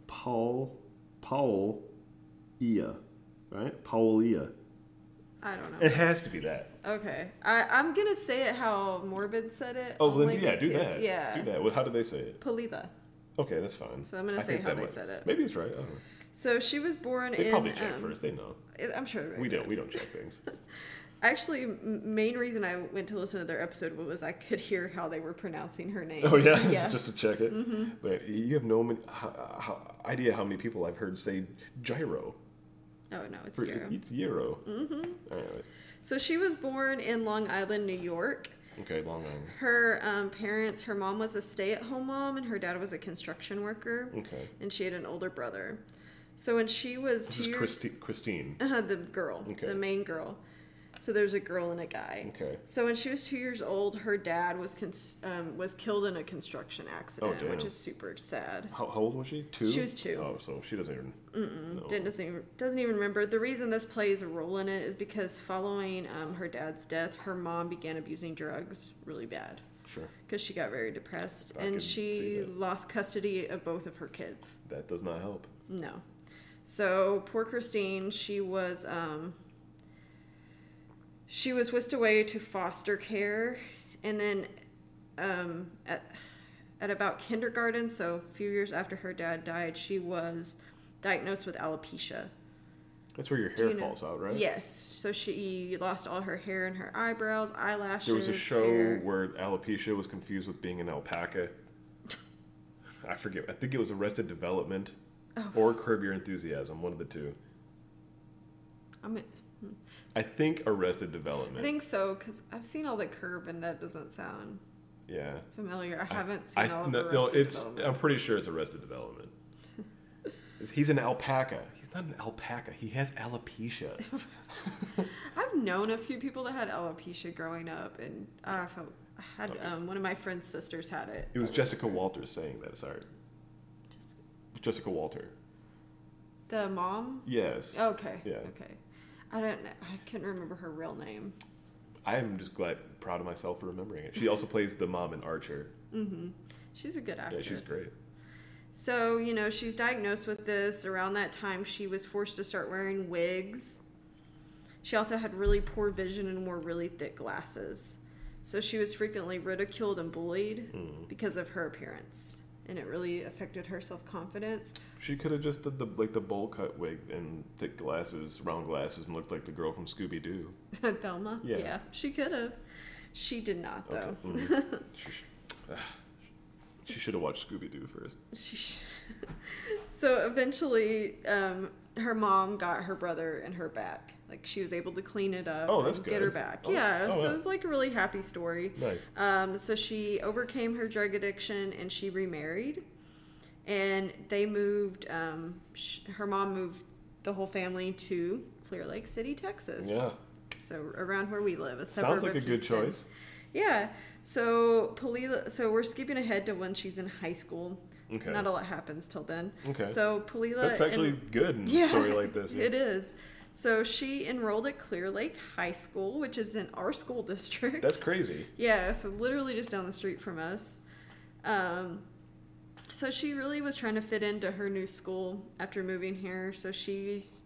[SPEAKER 2] Paul. Paul. Ia. Right? Paulia.
[SPEAKER 1] I don't know.
[SPEAKER 2] It has to be that.
[SPEAKER 1] Okay, I I'm gonna say it how morbid said it.
[SPEAKER 2] Oh, then
[SPEAKER 1] only
[SPEAKER 2] yeah, do
[SPEAKER 1] because-
[SPEAKER 2] that.
[SPEAKER 1] Yeah,
[SPEAKER 2] Do that. Well, how do they say it?
[SPEAKER 1] Palila.
[SPEAKER 2] Okay, that's fine.
[SPEAKER 1] So I'm gonna
[SPEAKER 2] I
[SPEAKER 1] say
[SPEAKER 2] think
[SPEAKER 1] how
[SPEAKER 2] that
[SPEAKER 1] they
[SPEAKER 2] might-
[SPEAKER 1] said it.
[SPEAKER 2] Maybe it's right. I don't know.
[SPEAKER 1] So she was born
[SPEAKER 2] They
[SPEAKER 1] in.
[SPEAKER 2] probably check
[SPEAKER 1] um,
[SPEAKER 2] first. They know.
[SPEAKER 1] I'm sure they
[SPEAKER 2] We
[SPEAKER 1] did.
[SPEAKER 2] don't. We don't check things.
[SPEAKER 1] Actually, m- main reason I went to listen to their episode was I could hear how they were pronouncing her name.
[SPEAKER 2] Oh yeah,
[SPEAKER 1] yeah. Mm-hmm.
[SPEAKER 2] just to check it. But you have no man, how, how, idea how many people I've heard say gyro.
[SPEAKER 1] Oh no, it's
[SPEAKER 2] For-
[SPEAKER 1] Euro.
[SPEAKER 2] It's gyro. Mm-hmm.
[SPEAKER 1] So she was born in Long Island, New York.
[SPEAKER 2] Okay, Long Island.
[SPEAKER 1] Her um, parents, her mom was a stay-at-home mom, and her dad was a construction worker,
[SPEAKER 2] Okay.
[SPEAKER 1] and she had an older brother. So when she was
[SPEAKER 2] This
[SPEAKER 1] two
[SPEAKER 2] is
[SPEAKER 1] years,
[SPEAKER 2] Christi- Christine.
[SPEAKER 1] uh, the girl,
[SPEAKER 2] Okay.
[SPEAKER 1] the main girl. So there's a girl and a guy.
[SPEAKER 2] Okay.
[SPEAKER 1] So when she was two years old, her dad was cons- um, was killed in a construction accident, which
[SPEAKER 2] Oh, damn.
[SPEAKER 1] is super sad.
[SPEAKER 2] How, how old was she? Two.
[SPEAKER 1] She was two.
[SPEAKER 2] Oh, so she doesn't even. No.
[SPEAKER 1] Didn't- doesn't even, doesn't even remember. The reason this plays a role in it is because following um, her dad's death, her mom began abusing drugs really bad
[SPEAKER 2] Sure.
[SPEAKER 1] because she got very depressed
[SPEAKER 2] I can
[SPEAKER 1] and
[SPEAKER 2] see
[SPEAKER 1] she
[SPEAKER 2] that.
[SPEAKER 1] lost custody of both of her kids.
[SPEAKER 2] That does not help.
[SPEAKER 1] No. So poor Christine, she was um, she was whisked away to foster care, and then um, at at about kindergarten, so a few years after her dad died, she was diagnosed with alopecia.
[SPEAKER 2] That's where your
[SPEAKER 1] Do
[SPEAKER 2] hair
[SPEAKER 1] you know-
[SPEAKER 2] falls out, right?
[SPEAKER 1] Yes. So she lost all her hair and her eyebrows, eyelashes.
[SPEAKER 2] There was a show
[SPEAKER 1] hair.
[SPEAKER 2] where alopecia was confused with being an alpaca. I forget. I think it was Arrested Development
[SPEAKER 1] Oh.
[SPEAKER 2] or Curb Your Enthusiasm, one of the two.
[SPEAKER 1] I'm,
[SPEAKER 2] I think Arrested
[SPEAKER 1] I
[SPEAKER 2] Development.
[SPEAKER 1] think so because I've seen all the curb and that doesn't sound
[SPEAKER 2] yeah.
[SPEAKER 1] familiar. I,
[SPEAKER 2] I-
[SPEAKER 1] haven't seen
[SPEAKER 2] I,
[SPEAKER 1] all
[SPEAKER 2] no,
[SPEAKER 1] of the
[SPEAKER 2] no,
[SPEAKER 1] rest
[SPEAKER 2] it's. I'm pretty sure it's Arrested Development. He's an alpaca. He's not an alpaca. He has alopecia.
[SPEAKER 1] I've known a few people that had alopecia growing up, and I felt I had
[SPEAKER 2] Okay.
[SPEAKER 1] um, one of my friend's sisters had it.
[SPEAKER 2] It was Jessica Walters saying that. Sorry,
[SPEAKER 1] Just-
[SPEAKER 2] Jessica Walter.
[SPEAKER 1] The mom.
[SPEAKER 2] Yes.
[SPEAKER 1] Okay.
[SPEAKER 2] Yeah.
[SPEAKER 1] Okay. I don't. kn- I couldn't remember her real name.
[SPEAKER 2] I am just glad, proud of myself for remembering it. She also plays the mom in Archer.
[SPEAKER 1] Mm-hmm. She's a good
[SPEAKER 2] Yeah,
[SPEAKER 1] actress.
[SPEAKER 2] she's great.
[SPEAKER 1] So you know she's diagnosed with this. Around that time, she was forced to start wearing wigs. She also had really poor vision and wore really thick glasses. So she was frequently ridiculed and bullied
[SPEAKER 2] Mhm.
[SPEAKER 1] because of her appearance, and it really affected her self confidence.
[SPEAKER 2] She could have just did the like the bowl cut wig and thick glasses, round glasses, and looked like the girl from Scooby Doo.
[SPEAKER 1] Thelma?
[SPEAKER 2] Yeah.
[SPEAKER 1] she could have. She did not, though.
[SPEAKER 2] Mm. she, sh- she should have watched Scooby Doo first.
[SPEAKER 1] She sh- so eventually, um, her mom got her brother and her back. Like, she was able to clean it up
[SPEAKER 2] Oh, that's
[SPEAKER 1] and get her
[SPEAKER 2] good.
[SPEAKER 1] back.
[SPEAKER 2] Oh,
[SPEAKER 1] yeah,
[SPEAKER 2] that's- oh,
[SPEAKER 1] so
[SPEAKER 2] yeah.
[SPEAKER 1] it was like a really happy story.
[SPEAKER 2] Nice.
[SPEAKER 1] Um, so she overcame her drug addiction and she remarried. And they moved, um, sh- her mom moved the whole family to Clear Lake City, Texas.
[SPEAKER 2] Yeah.
[SPEAKER 1] So around where we live. A
[SPEAKER 2] Sounds
[SPEAKER 1] suburb
[SPEAKER 2] like a
[SPEAKER 1] of
[SPEAKER 2] good
[SPEAKER 1] Houston.
[SPEAKER 2] choice.
[SPEAKER 1] Yeah. So Palila. So we're skipping ahead to when she's in high school.
[SPEAKER 2] Okay.
[SPEAKER 1] Not a lot happens till then.
[SPEAKER 2] Okay.
[SPEAKER 1] So Palila.
[SPEAKER 2] That's actually
[SPEAKER 1] en-
[SPEAKER 2] good in a story like this.
[SPEAKER 1] It is. So she enrolled at Clear Lake High School, which is in our school district.
[SPEAKER 2] That's crazy.
[SPEAKER 1] yeah. So literally just down the street from us. Um, so she really was trying to fit into her new school after moving here. So she s-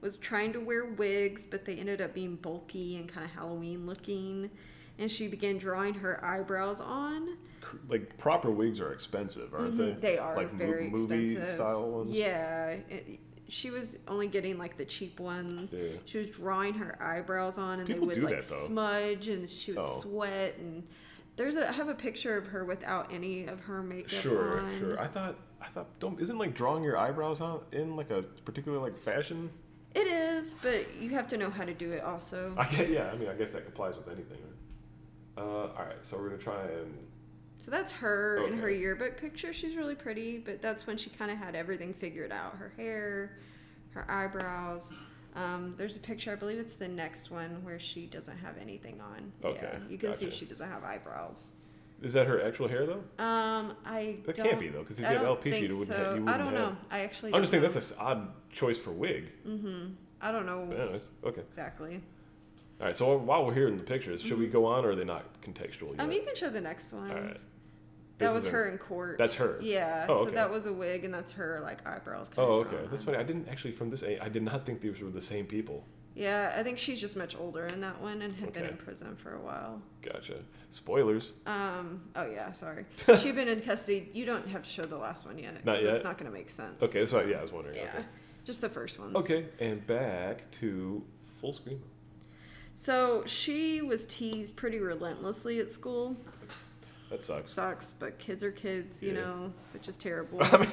[SPEAKER 1] was trying to wear wigs, but they ended up being bulky and kind of Halloween looking. And she began drawing her eyebrows on.
[SPEAKER 2] Cr- Like proper wigs are expensive, aren't they?
[SPEAKER 1] Mm-hmm. They are
[SPEAKER 2] like mo-
[SPEAKER 1] very
[SPEAKER 2] movie
[SPEAKER 1] expensive.
[SPEAKER 2] style ones.
[SPEAKER 1] Yeah, it- she was only getting like the cheap ones.
[SPEAKER 2] Yeah.
[SPEAKER 1] She was drawing her eyebrows on, and
[SPEAKER 2] People
[SPEAKER 1] they
[SPEAKER 2] do
[SPEAKER 1] would like
[SPEAKER 2] that, though.
[SPEAKER 1] smudge, and she would
[SPEAKER 2] Oh.
[SPEAKER 1] sweat. And there's a I have a picture of her without any of her makeup
[SPEAKER 2] Sure,
[SPEAKER 1] on.
[SPEAKER 2] sure. I thought, I thought, don't isn't like drawing your eyebrows out in like a particular like fashion.
[SPEAKER 1] It is, but you have to know how to do it also.
[SPEAKER 2] I get, yeah. I mean, I guess that applies with anything. Right? Uh, all right, so we're gonna try and
[SPEAKER 1] So that's her in her
[SPEAKER 2] Okay.
[SPEAKER 1] yearbook picture. She's really pretty, but that's when she kind of had everything figured out her hair, her eyebrows. Um, there's a picture, I believe it's the next one, where she doesn't have anything on.
[SPEAKER 2] Okay,
[SPEAKER 1] you can see
[SPEAKER 2] gotcha.
[SPEAKER 1] she doesn't have eyebrows.
[SPEAKER 2] is that her actual hair though?
[SPEAKER 1] Um, I
[SPEAKER 2] That
[SPEAKER 1] don't,
[SPEAKER 2] can't be though, because if you
[SPEAKER 1] I
[SPEAKER 2] have
[SPEAKER 1] don't
[SPEAKER 2] alopecia,
[SPEAKER 1] think
[SPEAKER 2] you wouldn't.
[SPEAKER 1] so.
[SPEAKER 2] have, you wouldn't
[SPEAKER 1] I don't
[SPEAKER 2] have-
[SPEAKER 1] know. I actually.
[SPEAKER 2] I'm just saying
[SPEAKER 1] don't
[SPEAKER 2] that's an odd choice for wig.
[SPEAKER 1] know. Mhm. I don't know
[SPEAKER 2] But anyways, okay.
[SPEAKER 1] exactly.
[SPEAKER 2] All right. So while we're here in the pictures, should
[SPEAKER 1] Mm-hmm.
[SPEAKER 2] we go on, or are they not contextual yet?
[SPEAKER 1] Um, you can show the next one.
[SPEAKER 2] All right.
[SPEAKER 1] That
[SPEAKER 2] This
[SPEAKER 1] was
[SPEAKER 2] is
[SPEAKER 1] her in court.
[SPEAKER 2] That's her.
[SPEAKER 1] yeah.
[SPEAKER 2] Oh,
[SPEAKER 1] so
[SPEAKER 2] okay.
[SPEAKER 1] that was a wig, and that's her like eyebrows. Kind
[SPEAKER 2] Oh,
[SPEAKER 1] of
[SPEAKER 2] okay. That's funny. I didn't actually from this. a- I did not think these were the same people.
[SPEAKER 1] Yeah, I think she's just much older in that one and had been
[SPEAKER 2] Okay.
[SPEAKER 1] in prison for a while.
[SPEAKER 2] Gotcha. Spoilers.
[SPEAKER 1] Um, oh yeah, sorry. She'd been in custody. You don't have to show the last one yet. 'cause
[SPEAKER 2] Not
[SPEAKER 1] It's
[SPEAKER 2] yet?
[SPEAKER 1] not going to make sense.
[SPEAKER 2] Okay. That's what. Yeah, I was wondering.
[SPEAKER 1] Yeah. Just the first ones.
[SPEAKER 2] Okay. okay. And back to full screen.
[SPEAKER 1] So she was teased pretty relentlessly at school.
[SPEAKER 2] That sucks.
[SPEAKER 1] Sucks, but kids are kids, you
[SPEAKER 2] Yeah.
[SPEAKER 1] know, which is terrible.
[SPEAKER 2] I mean,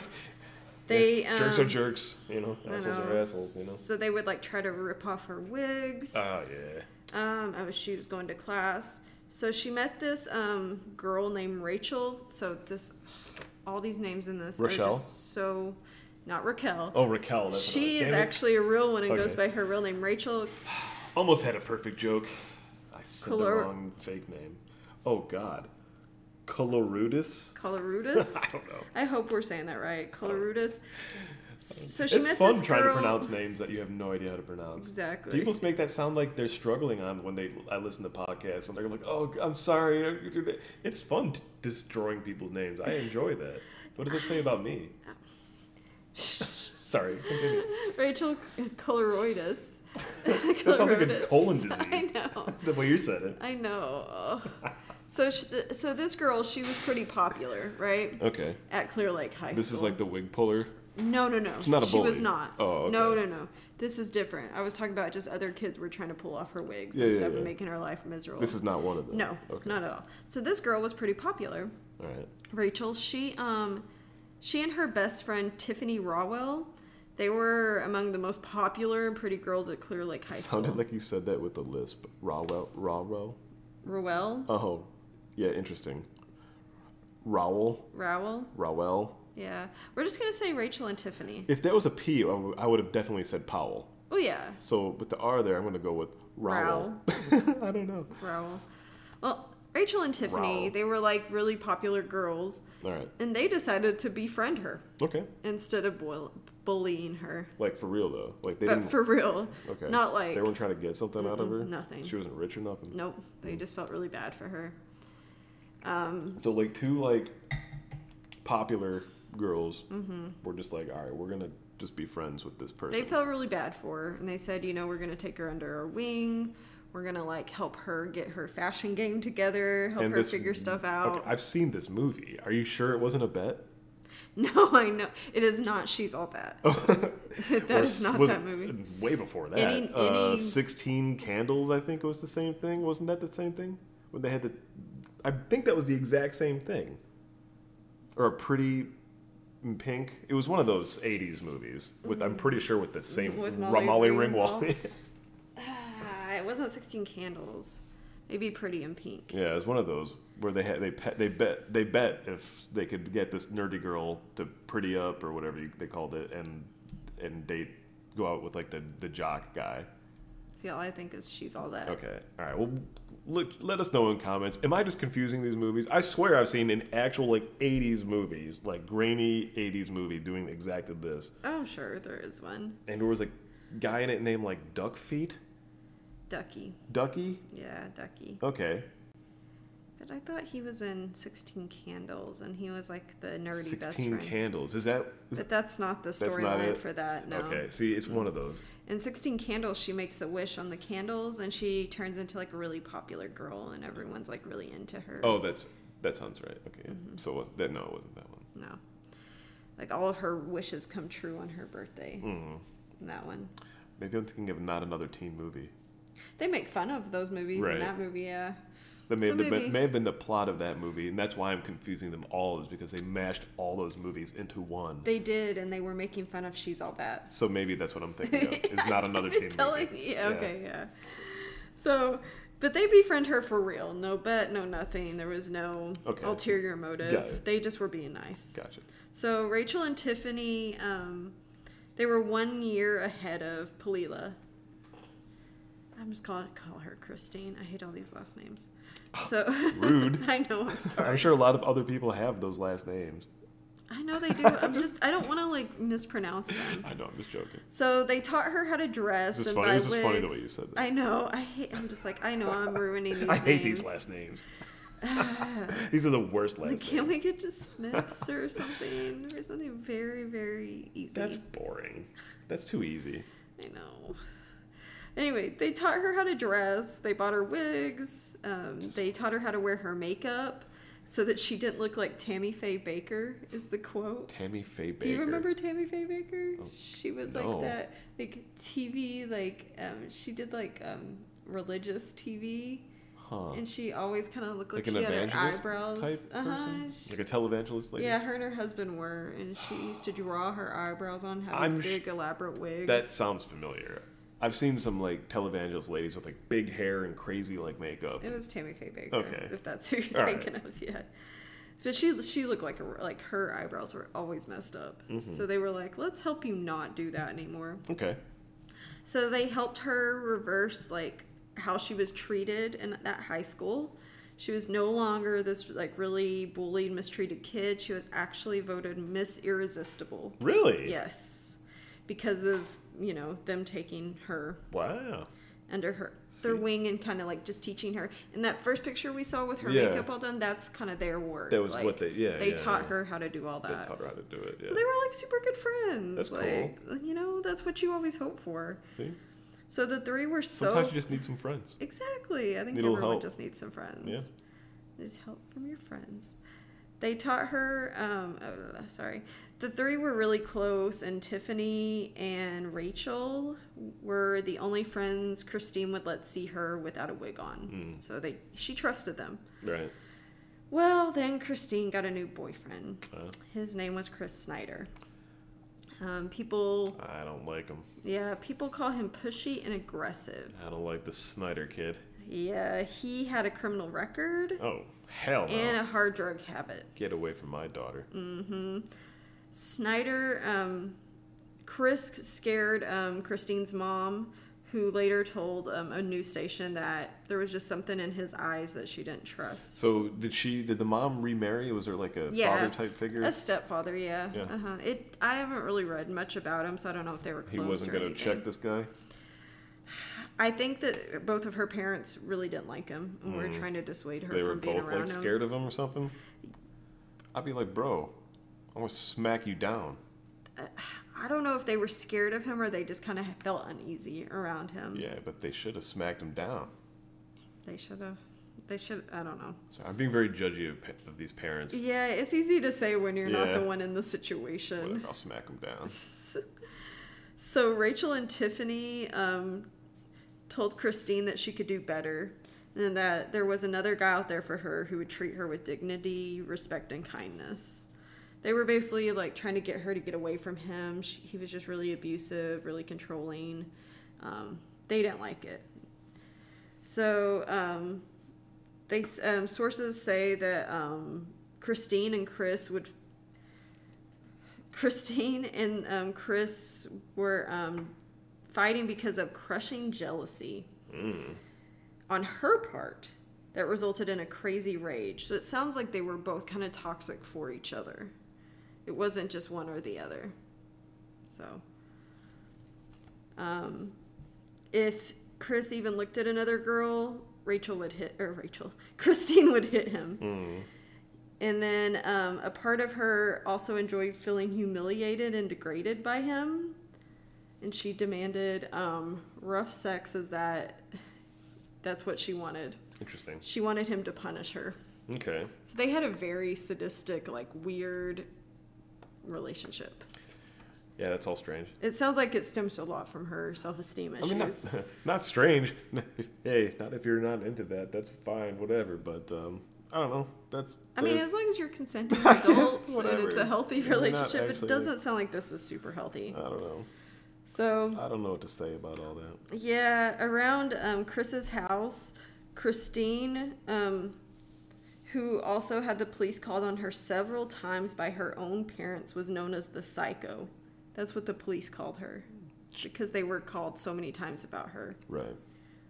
[SPEAKER 1] they
[SPEAKER 2] yeah, jerks are
[SPEAKER 1] um,
[SPEAKER 2] jerks. You know,
[SPEAKER 1] I
[SPEAKER 2] assholes
[SPEAKER 1] know.
[SPEAKER 2] are assholes. You know.
[SPEAKER 1] So they would like try to rip off her wigs.
[SPEAKER 2] Oh yeah.
[SPEAKER 1] Um, I was she was going to class. So she met this um, girl named Rachel. So this, all these names in this are
[SPEAKER 2] Rochelle?
[SPEAKER 1] just so, not Raquel.
[SPEAKER 2] Oh Raquel. That's
[SPEAKER 1] she
[SPEAKER 2] what I-
[SPEAKER 1] is
[SPEAKER 2] damn it.
[SPEAKER 1] actually a real one and goes by
[SPEAKER 2] Okay.
[SPEAKER 1] her real name Rachel.
[SPEAKER 2] almost had a perfect joke. I said the
[SPEAKER 1] Color-
[SPEAKER 2] wrong fake name. Oh God. Colorudus.
[SPEAKER 1] Colorudis.
[SPEAKER 2] I don't know.
[SPEAKER 1] I hope we're saying that right, Colorudis. So she
[SPEAKER 2] it's
[SPEAKER 1] met
[SPEAKER 2] fun
[SPEAKER 1] this
[SPEAKER 2] trying
[SPEAKER 1] girl.
[SPEAKER 2] to pronounce names that you have no idea how to pronounce.
[SPEAKER 1] Exactly.
[SPEAKER 2] People make that sound like they're struggling on when they I listen to podcasts when they're like, "Oh, I'm sorry." It's fun t- destroying people's names. I enjoy that. What does it say about me? sorry. continue.
[SPEAKER 1] Rachel Coloroidus.
[SPEAKER 2] That sounds like a
[SPEAKER 1] Colorudis.
[SPEAKER 2] colon disease.
[SPEAKER 1] I know.
[SPEAKER 2] The way you said it.
[SPEAKER 1] I know. Ugh. so she, so this girl, she was pretty popular, right?
[SPEAKER 2] Okay.
[SPEAKER 1] at Clear Lake High
[SPEAKER 2] This
[SPEAKER 1] School.
[SPEAKER 2] is like the wig puller.
[SPEAKER 1] no, no, no.
[SPEAKER 2] not a
[SPEAKER 1] she was
[SPEAKER 2] bully.
[SPEAKER 1] not.
[SPEAKER 2] Oh, okay.
[SPEAKER 1] no, no, no. This is different. I was talking about just other kids were trying to pull off her wigs
[SPEAKER 2] Yeah,
[SPEAKER 1] and
[SPEAKER 2] yeah,
[SPEAKER 1] stuff
[SPEAKER 2] yeah.
[SPEAKER 1] and making her life miserable.
[SPEAKER 2] This is not one of them.
[SPEAKER 1] no, not at all. So this girl was pretty popular.
[SPEAKER 2] All right.
[SPEAKER 1] Rachel, she um, she and her best friend Tiffany Rawell, they were among the most popular and pretty girls at Clear Lake High
[SPEAKER 2] Sounded
[SPEAKER 1] School.
[SPEAKER 2] like you said that with a lisp. Rawell. Rawell.
[SPEAKER 1] Rawell,
[SPEAKER 2] Oh, yeah. Interesting. Rowell.
[SPEAKER 1] Rowell,
[SPEAKER 2] Rowell.
[SPEAKER 1] yeah. We're just gonna say Rachel and Tiffany.
[SPEAKER 2] If that was a P, I w- I would have definitely said Powell.
[SPEAKER 1] Oh yeah,
[SPEAKER 2] So with the R there, I'm going to go with Rowell. I don't know.
[SPEAKER 1] Raoul. Well, Rachel and Tiffany,
[SPEAKER 2] Raoul.
[SPEAKER 1] they were like really popular girls,
[SPEAKER 2] All right.
[SPEAKER 1] and they decided to befriend her
[SPEAKER 2] Okay.
[SPEAKER 1] instead of bull- bullying her.
[SPEAKER 2] Like for real though. Like they
[SPEAKER 1] but
[SPEAKER 2] didn't.
[SPEAKER 1] for real,
[SPEAKER 2] okay.
[SPEAKER 1] not like
[SPEAKER 2] they weren't trying to get something out of her.
[SPEAKER 1] Mm-mm, nothing.
[SPEAKER 2] She wasn't rich or nothing.
[SPEAKER 1] nope. They
[SPEAKER 2] Hmm.
[SPEAKER 1] just felt really bad for her. Um,
[SPEAKER 2] So like two like popular girls were just like, all right, we're gonna just be friends with this person.
[SPEAKER 1] Mm-hmm. they felt really bad for her, and they said, you know, we're gonna take her under our wing. We're gonna like help her get her fashion game together, help
[SPEAKER 2] And
[SPEAKER 1] her
[SPEAKER 2] this-
[SPEAKER 1] figure stuff out.
[SPEAKER 2] Okay, I've seen this movie. Are you sure it wasn't a bet?
[SPEAKER 1] No, I know it is not. She's all that. that
[SPEAKER 2] Or
[SPEAKER 1] is
[SPEAKER 2] s-
[SPEAKER 1] not
[SPEAKER 2] was
[SPEAKER 1] that
[SPEAKER 2] it-
[SPEAKER 1] movie.
[SPEAKER 2] Way before that.
[SPEAKER 1] Any-
[SPEAKER 2] uh,
[SPEAKER 1] any-
[SPEAKER 2] 16 Candles, I think, was the same thing. Wasn't that the same thing? When they had to. I think that was the exact same thing. Or a pretty in pink. It was one of those 80s movies. with I'm pretty sure with the same.
[SPEAKER 1] With
[SPEAKER 2] Ra-
[SPEAKER 1] Molly
[SPEAKER 2] Molly
[SPEAKER 1] Ringwald.
[SPEAKER 2] Ringwald.
[SPEAKER 1] Ah, it wasn't 16 candles. Maybe pretty in pink.
[SPEAKER 2] yeah, it was one of those where they had they pet, they bet they bet if they could get this nerdy girl to pretty up or whatever you, they called it and and date go out with like the the jock guy.
[SPEAKER 1] See, all I think is she's all that.
[SPEAKER 2] Okay. All right. Well, look, let us know in comments. Am I just confusing these movies? I swear I've seen an actual like '80s movies, like grainy '80s movie, doing exactly this.
[SPEAKER 1] Oh, sure, there is one.
[SPEAKER 2] And there was a guy in it named like Duck Feet,
[SPEAKER 1] Ducky.
[SPEAKER 2] Ducky.
[SPEAKER 1] Yeah, Ducky.
[SPEAKER 2] Okay.
[SPEAKER 1] But I thought he was in 16 Candles and he was like the nerdy best
[SPEAKER 2] Sixteen
[SPEAKER 1] friend.
[SPEAKER 2] Candles. Is that? Is,
[SPEAKER 1] but that's not the
[SPEAKER 2] That's not
[SPEAKER 1] storyline
[SPEAKER 2] it?
[SPEAKER 1] for that, no.
[SPEAKER 2] Okay. See, it's one of those.
[SPEAKER 1] In 16 Candles, she makes a wish on the candles and she turns into like a really popular girl and everyone's like really into her.
[SPEAKER 2] Oh, that's that sounds right. Okay. So it was, that no, it wasn't that one.
[SPEAKER 1] No. Like all of her wishes come true on her birthday.
[SPEAKER 2] Mm.
[SPEAKER 1] That one.
[SPEAKER 2] Maybe I'm thinking of not another teen movie.
[SPEAKER 1] They make fun of those movies
[SPEAKER 2] Right.
[SPEAKER 1] in that movie, yeah.
[SPEAKER 2] That may,
[SPEAKER 1] So
[SPEAKER 2] that may,
[SPEAKER 1] maybe-
[SPEAKER 2] may have been the plot of that movie, and that's why I'm confusing them all, is because they mashed all those movies into one.
[SPEAKER 1] They did, and they were making fun of She's All That.
[SPEAKER 2] So maybe that's what I'm thinking of. It's not another teen
[SPEAKER 1] telling
[SPEAKER 2] movie.
[SPEAKER 1] yeah, okay, yeah. So But they befriend her for real. No bet, no nothing. There was no
[SPEAKER 2] Okay.
[SPEAKER 1] ulterior motive.
[SPEAKER 2] Got it.
[SPEAKER 1] They just were being nice.
[SPEAKER 2] Gotcha.
[SPEAKER 1] So Rachel and Tiffany, um, they were one year ahead of Palila. I'm just calling call her Christine. I hate all these last names. So
[SPEAKER 2] Rude.
[SPEAKER 1] I know. I'm sorry.
[SPEAKER 2] I'm sure a lot of other people have those last names.
[SPEAKER 1] I know they do. I'm just. I don't want to like mispronounce them.
[SPEAKER 2] I know, I'm just joking.
[SPEAKER 1] So they taught her how to dress
[SPEAKER 2] This is
[SPEAKER 1] and
[SPEAKER 2] funny-
[SPEAKER 1] buy
[SPEAKER 2] this is funny the
[SPEAKER 1] wigs.
[SPEAKER 2] way you said that.
[SPEAKER 1] I know. I hate. I'm just like I know. I'm ruining these.
[SPEAKER 2] I hate these
[SPEAKER 1] names.
[SPEAKER 2] last names. these are the worst last
[SPEAKER 1] Like,
[SPEAKER 2] names.
[SPEAKER 1] can we get to Smiths or something? Or something very, very easy.
[SPEAKER 2] That's boring. That's too easy.
[SPEAKER 1] I know. Anyway, they taught her how to dress. They bought her wigs. Um, they taught her how to wear her makeup so that she didn't look like Tammy Faye Baker, is the quote.
[SPEAKER 2] Tammy Faye Baker.
[SPEAKER 1] Do you remember Tammy Faye Baker?
[SPEAKER 2] Oh,
[SPEAKER 1] she was
[SPEAKER 2] no.
[SPEAKER 1] like that, like TV, like um, she did like um, religious TV,
[SPEAKER 2] Huh.
[SPEAKER 1] and she always kind of looked like,
[SPEAKER 2] Like an
[SPEAKER 1] she had her
[SPEAKER 2] evangelist
[SPEAKER 1] eyebrows.
[SPEAKER 2] type person?
[SPEAKER 1] She-
[SPEAKER 2] Like a televangelist lady?
[SPEAKER 1] yeah, her and her husband were, and she used to draw her eyebrows on, have
[SPEAKER 2] I'm
[SPEAKER 1] these
[SPEAKER 2] sh-
[SPEAKER 1] big elaborate wigs.
[SPEAKER 2] That sounds familiar. I've seen some like televangelist ladies with like big hair and crazy like makeup.
[SPEAKER 1] It was Tammy Faye Baker.
[SPEAKER 2] Okay.
[SPEAKER 1] If that's who you're
[SPEAKER 2] All right.
[SPEAKER 1] thinking of, yeah. But she she looked like a, like her eyebrows were always messed up.
[SPEAKER 2] Mm-hmm.
[SPEAKER 1] So they were like, let's help you not do that anymore.
[SPEAKER 2] Okay.
[SPEAKER 1] So they helped her reverse like how she was treated in that high school. She was no longer this like really bullied, mistreated kid. She was actually voted Miss Irresistible.
[SPEAKER 2] Really?
[SPEAKER 1] Yes. Because of, you know, them taking her
[SPEAKER 2] Wow.
[SPEAKER 1] under her their
[SPEAKER 2] See?
[SPEAKER 1] wing and kind of like just teaching her. And that first picture we saw with her
[SPEAKER 2] Yeah.
[SPEAKER 1] makeup all done, that's kind of their work.
[SPEAKER 2] That was
[SPEAKER 1] Like,
[SPEAKER 2] what they- yeah,
[SPEAKER 1] they
[SPEAKER 2] yeah,
[SPEAKER 1] taught
[SPEAKER 2] yeah.
[SPEAKER 1] her how to do all
[SPEAKER 2] They
[SPEAKER 1] that.
[SPEAKER 2] taught her how to do it. Yeah.
[SPEAKER 1] So they were like super good friends.
[SPEAKER 2] That's cool.
[SPEAKER 1] like, You know, that's what you always hope for.
[SPEAKER 2] See?
[SPEAKER 1] So the three were so
[SPEAKER 2] Sometimes you just need some friends.
[SPEAKER 1] exactly. I think
[SPEAKER 2] Need a little
[SPEAKER 1] everyone
[SPEAKER 2] help.
[SPEAKER 1] just needs some friends.
[SPEAKER 2] Yeah.
[SPEAKER 1] Just help from your friends. They taught her. Um, oh, sorry, the three were really close, and Tiffany and Rachel were the only friends Christine would let see her without a wig on.
[SPEAKER 2] Hmm.
[SPEAKER 1] So they she trusted them.
[SPEAKER 2] Right.
[SPEAKER 1] Well, then Christine got a new boyfriend.
[SPEAKER 2] Uh,
[SPEAKER 1] His name was Chris Snyder. Um, people,
[SPEAKER 2] I don't like them.
[SPEAKER 1] yeah, people call him pushy and aggressive.
[SPEAKER 2] I don't like the Snyder kid.
[SPEAKER 1] Yeah, he had a criminal record
[SPEAKER 2] Oh, hell no.
[SPEAKER 1] and uh, a hard drug habit.
[SPEAKER 2] Get away from my daughter.
[SPEAKER 1] Snyder, um, Chris scared um, Christine's mom, who later told um, a news station that there was just something in his eyes that she didn't trust.
[SPEAKER 2] So did she? Did the mom remarry? Was there like a
[SPEAKER 1] Yeah.
[SPEAKER 2] father type figure?
[SPEAKER 1] A stepfather, yeah.
[SPEAKER 2] Yeah.
[SPEAKER 1] Uh-huh. It. I haven't really read much about him, so I don't know if they were. Close
[SPEAKER 2] He wasn't
[SPEAKER 1] going
[SPEAKER 2] gonna
[SPEAKER 1] to
[SPEAKER 2] check this guy.
[SPEAKER 1] I think that both of her parents really didn't like him, and were trying to dissuade her
[SPEAKER 2] Mm. They
[SPEAKER 1] from
[SPEAKER 2] were
[SPEAKER 1] being
[SPEAKER 2] both
[SPEAKER 1] around
[SPEAKER 2] like
[SPEAKER 1] him.
[SPEAKER 2] scared of him or something. I'd be like, bro, I'm gonna smack you down.
[SPEAKER 1] I don't know if they were scared of him or they just kind of felt uneasy around him.
[SPEAKER 2] Yeah, but they should have smacked him down.
[SPEAKER 1] They should have. They should. I don't know.
[SPEAKER 2] So I'm being very judgy of, pa- of these parents.
[SPEAKER 1] Yeah, it's easy to say when you're not
[SPEAKER 2] Yeah.
[SPEAKER 1] the one in the situation.
[SPEAKER 2] Whatever, I'll smack him down.
[SPEAKER 1] So Rachel and Tiffany um, told Christine that she could do better and that there was another guy out there for her who would treat her with dignity, respect, and kindness. They were basically like trying to get her to get away from him. She, he was just really abusive, really controlling. Um, they didn't like it. So um, they s- um, sources say that um, Christine and Chris would Christine and um, Chris were um, fighting because of crushing jealousy on her part that resulted in a crazy rage. So it sounds like they were both kind of toxic for each other. It wasn't just one or the other. So, um, if Chris even looked at another girl, Rachel would hit, or Rachel, Christine would hit him. And then um, a part of her also enjoyed feeling humiliated and degraded by him. And she demanded um, rough sex as that that's what she wanted.
[SPEAKER 2] Interesting.
[SPEAKER 1] She wanted him to punish her.
[SPEAKER 2] Okay.
[SPEAKER 1] So they had a very sadistic, like weird relationship.
[SPEAKER 2] Yeah, that's all strange.
[SPEAKER 1] It sounds like it stems a lot from her self-esteem
[SPEAKER 2] I
[SPEAKER 1] issues.
[SPEAKER 2] mean, not, not strange. hey, not if you're not into that. That's fine, whatever. But um, I don't know. That's.
[SPEAKER 1] I mean,
[SPEAKER 2] they're-
[SPEAKER 1] as long as you're consenting
[SPEAKER 2] I guess,
[SPEAKER 1] adults and it's
[SPEAKER 2] whatever.
[SPEAKER 1] a healthy
[SPEAKER 2] Yeah, we're not
[SPEAKER 1] relationship, it
[SPEAKER 2] actually- Uh,
[SPEAKER 1] doesn't sound like this is super healthy.
[SPEAKER 2] I don't know.
[SPEAKER 1] So
[SPEAKER 2] I don't know what to say about all that.
[SPEAKER 1] Yeah, around um, Chris's house, Christine, um, who also had the police called on her several times by her own parents, was known as the psycho. That's what the police called her because they were called so many times about her.
[SPEAKER 2] Right.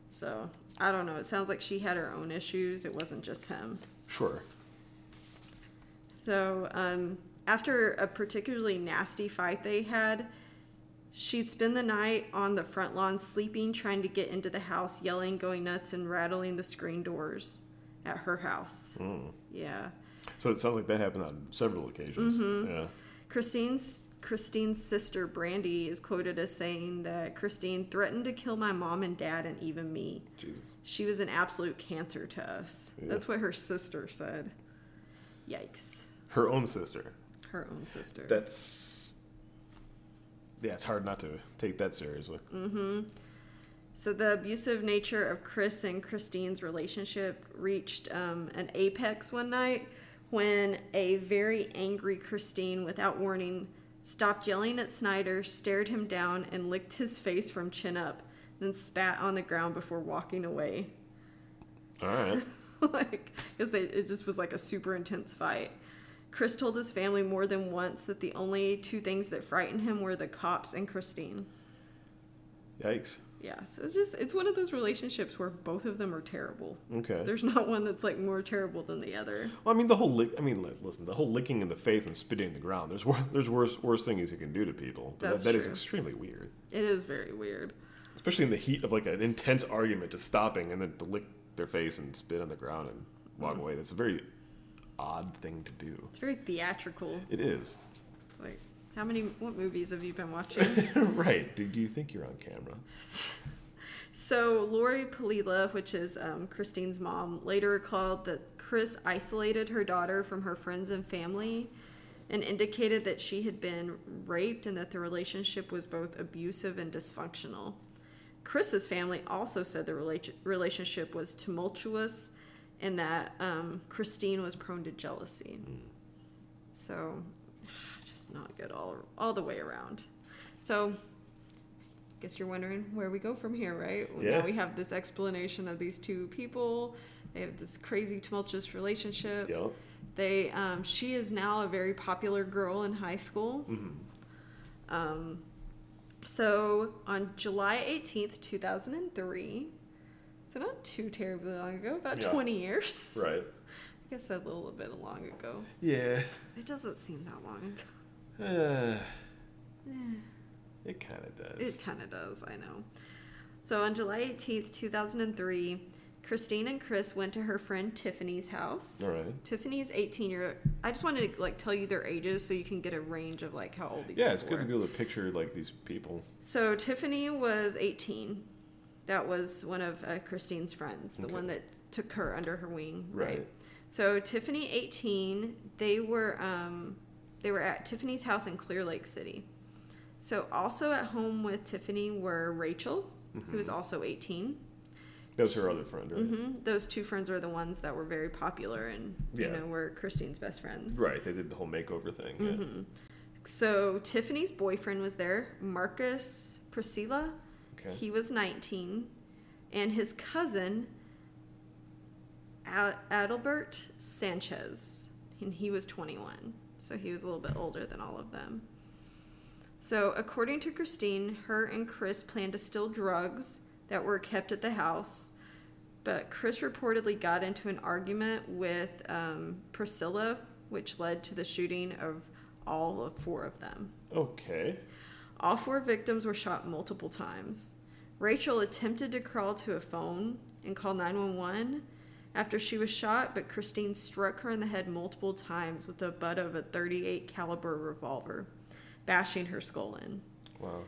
[SPEAKER 1] So I don't know. It sounds like she had her own issues. It wasn't just him.
[SPEAKER 2] Sure.
[SPEAKER 1] So um, after a particularly nasty fight they had, she'd spend the night on the front lawn sleeping, trying to get into the house, yelling, going nuts, and rattling the screen doors at her house. Yeah.
[SPEAKER 2] So it sounds like that happened on several occasions.
[SPEAKER 1] Mm-hmm.
[SPEAKER 2] Yeah.
[SPEAKER 1] Christine's Christine's sister Brandy is quoted as saying that Christine threatened to kill my mom and dad and even me.
[SPEAKER 2] Jesus.
[SPEAKER 1] She was an absolute cancer to us.
[SPEAKER 2] Yeah.
[SPEAKER 1] That's what her sister said. Yikes.
[SPEAKER 2] Her own sister.
[SPEAKER 1] Her own sister.
[SPEAKER 2] That's. Yeah, it's hard not to take that seriously.
[SPEAKER 1] So the abusive nature of Chris and Christine's relationship reached um, an apex one night when a very angry Christine, without warning, stopped yelling at Snyder, stared him down, and licked his face from chin up, then spat on the ground before walking away. Mm.
[SPEAKER 2] All right.
[SPEAKER 1] like, because it just was like a super intense fight. Chris told his family more than once that the only two things that frightened him were the cops and Christine.
[SPEAKER 2] Yikes.
[SPEAKER 1] Yeah, so it's just it's one of those relationships where both of them are terrible.
[SPEAKER 2] Okay.
[SPEAKER 1] There's not one that's like more terrible than the other.
[SPEAKER 2] Well, I mean, the whole lick. I mean, li- listen, the whole licking in the face and spitting in the ground. There's wor- there's worse worse things you can do to people. But
[SPEAKER 1] That's
[SPEAKER 2] that, that is
[SPEAKER 1] true.
[SPEAKER 2] extremely weird,
[SPEAKER 1] It is very weird.
[SPEAKER 2] especially in the heat of like an intense argument, just stopping and then to lick their face and spit on the ground and walk away. That's a very odd thing to do.
[SPEAKER 1] It's very theatrical.
[SPEAKER 2] It is.
[SPEAKER 1] Like how many what movies have you been watching?
[SPEAKER 2] right. Do, do you think you're on camera?
[SPEAKER 1] so Lori Palila, which is um, Christine's mom, later recalled that Chris isolated her daughter from her friends and family and indicated that she had been raped and that the relationship was both abusive and dysfunctional. Chris's family also said the rela- relationship was tumultuous and that um, Christine was prone to jealousy. So, just not good all, all the way around. So, guess you're wondering where we go from here, right? Well,
[SPEAKER 2] Yeah.
[SPEAKER 1] Now we have this explanation of these two people. They have this crazy tumultuous relationship.
[SPEAKER 2] Yeah.
[SPEAKER 1] They, um, she is now a very popular girl in high school.
[SPEAKER 2] Mm-hmm.
[SPEAKER 1] Um, so on July 18th, 2003, so not too terribly long ago, about
[SPEAKER 2] Yeah.
[SPEAKER 1] 20 years.
[SPEAKER 2] Right.
[SPEAKER 1] I guess a little bit long ago.
[SPEAKER 2] Yeah.
[SPEAKER 1] It doesn't seem that long ago.
[SPEAKER 2] Uh, it kind of does.
[SPEAKER 1] Eh, It kind of does, I know. So on July 18th, 2003, Christine and Chris went to her friend Tiffany's house.
[SPEAKER 2] All right.
[SPEAKER 1] Tiffany's 18 year I just wanted to like tell you their ages so you can get a range of like how old these
[SPEAKER 2] Yeah,
[SPEAKER 1] people
[SPEAKER 2] it's good
[SPEAKER 1] were.
[SPEAKER 2] to be able to picture like these people.
[SPEAKER 1] So Tiffany was 18. That was one of uh, Christine's friends, the
[SPEAKER 2] Okay.
[SPEAKER 1] one that took her under her wing, right?
[SPEAKER 2] Right.
[SPEAKER 1] So Tiffany 18, they were um, they were at Tiffany's house in Clear Lake City. So also at home with Tiffany were Rachel, who
[SPEAKER 2] Mm-hmm.
[SPEAKER 1] was also 18.
[SPEAKER 2] That was her other friend, right?
[SPEAKER 1] hmm Those two friends were the ones that were very popular and you
[SPEAKER 2] Yeah.
[SPEAKER 1] know were Christine's best friends.
[SPEAKER 2] Right. They did the whole makeover thing. Yeah.
[SPEAKER 1] So Tiffany's boyfriend was there, Marcus Priscilla.
[SPEAKER 2] Okay.
[SPEAKER 1] He was 19, and his cousin, Ad- Adalbert Sanchez, and he was 21. So he was a little bit older than all of them. So, according to Christine, her and Chris planned to steal drugs that were kept at the house. But Chris reportedly got into an argument with um, Priscilla, which led to the shooting of all of four of them.
[SPEAKER 2] Okay.
[SPEAKER 1] All four victims were shot multiple times. Rachel attempted to crawl to a phone and call 911 after she was shot, but Christine struck her in the head multiple times with the butt of a 38 caliber revolver, bashing her skull in.
[SPEAKER 2] Wow.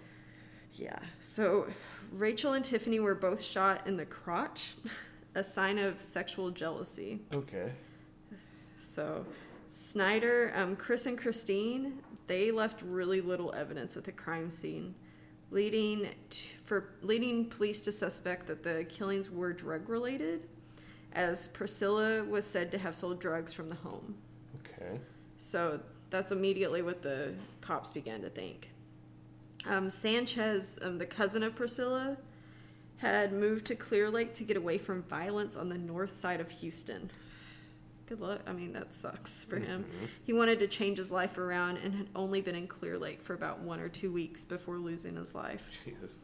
[SPEAKER 1] Yeah. So Rachel and Tiffany were both shot in the crotch, a sign of sexual jealousy.
[SPEAKER 2] Okay.
[SPEAKER 1] So Snyder, um, Chris, and Christine, they left really little evidence at the crime scene, leading to, for leading police to suspect that the killings were drug related, as Priscilla was said to have sold drugs from the home.
[SPEAKER 2] Okay.
[SPEAKER 1] So that's immediately what the cops began to think. Um, Sanchez, um, the cousin of Priscilla, had moved to Clear Lake to get away from violence on the north side of Houston. Good luck. I mean, that sucks for him. He wanted to change his life around and had only been in Clear Lake for about one or two weeks before losing his life.
[SPEAKER 2] Jesus.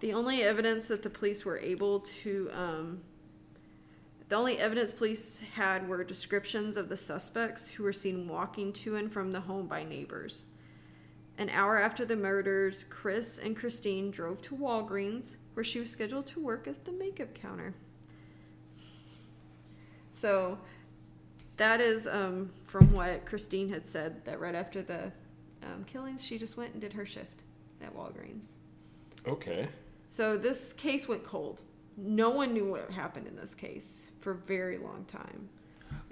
[SPEAKER 1] The only evidence that the police were able to, um, the only evidence police had were descriptions of the suspects who were seen walking to and from the home by neighbors. An hour after the murders, Chris and Christine drove to Walgreens, where she was scheduled to work at the makeup counter. So, that is um, from what Christine had said that right after the um, killings, she just went and did her shift at Walgreens.
[SPEAKER 2] Okay.
[SPEAKER 1] So this case went cold. No one knew what happened in this case for a very long time.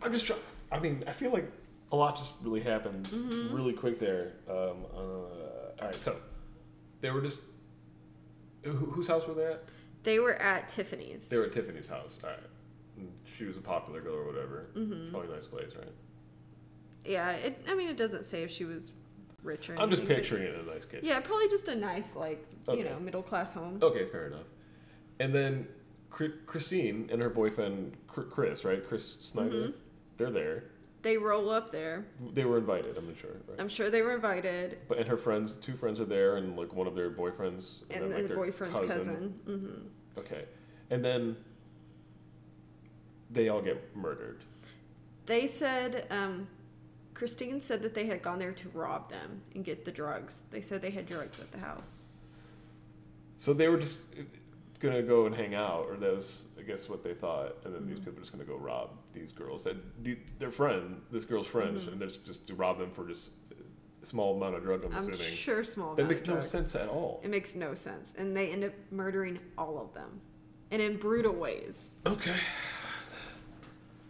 [SPEAKER 2] I'm just trying. I mean, I feel like a lot just really happened
[SPEAKER 1] Mm-hmm.
[SPEAKER 2] really quick there. Um, uh, all right, so they were just. Who, whose house were they at?
[SPEAKER 1] They were at Tiffany's.
[SPEAKER 2] They were at Tiffany's house. All right. And She was a popular girl or whatever.
[SPEAKER 1] Mm-hmm.
[SPEAKER 2] Probably a nice place, right?
[SPEAKER 1] yeah, it, I mean, it doesn't say if she was rich or anything.
[SPEAKER 2] I'm just
[SPEAKER 1] but-
[SPEAKER 2] picturing it in a nice kitchen.
[SPEAKER 1] Yeah, probably just a nice, like,
[SPEAKER 2] Okay.
[SPEAKER 1] you know, middle class home.
[SPEAKER 2] Okay, fair enough. And then Chri- Christine and her boyfriend Chr- Chris, right? Chris
[SPEAKER 1] Mm-hmm.
[SPEAKER 2] Snyder. They're there.
[SPEAKER 1] They roll up there.
[SPEAKER 2] They were invited. I'm not sure. Right?
[SPEAKER 1] I'm sure they were invited.
[SPEAKER 2] But and her friends, two friends are there, and like one of their boyfriends,
[SPEAKER 1] And,
[SPEAKER 2] then, like,
[SPEAKER 1] the
[SPEAKER 2] their
[SPEAKER 1] boyfriend's cousin. hmm
[SPEAKER 2] Okay, and then they all get murdered.
[SPEAKER 1] They said, um, Christine said that they had gone there to rob them and get the drugs. They said they had drugs at the house.
[SPEAKER 2] So they were just uh, gonna go and hang out, or that was, I guess, what they thought. And then these people are just gonna go rob these girls. That the, their friend, this girl's friend, and they're just to rob them for just a small amount of drug. I'm,
[SPEAKER 1] I'm
[SPEAKER 2] assuming
[SPEAKER 1] sure small.
[SPEAKER 2] that
[SPEAKER 1] amount
[SPEAKER 2] makes
[SPEAKER 1] of
[SPEAKER 2] no
[SPEAKER 1] drugs.
[SPEAKER 2] sense at all.
[SPEAKER 1] It makes no sense. And they end up murdering all of them. And in brutal ways.
[SPEAKER 2] Okay.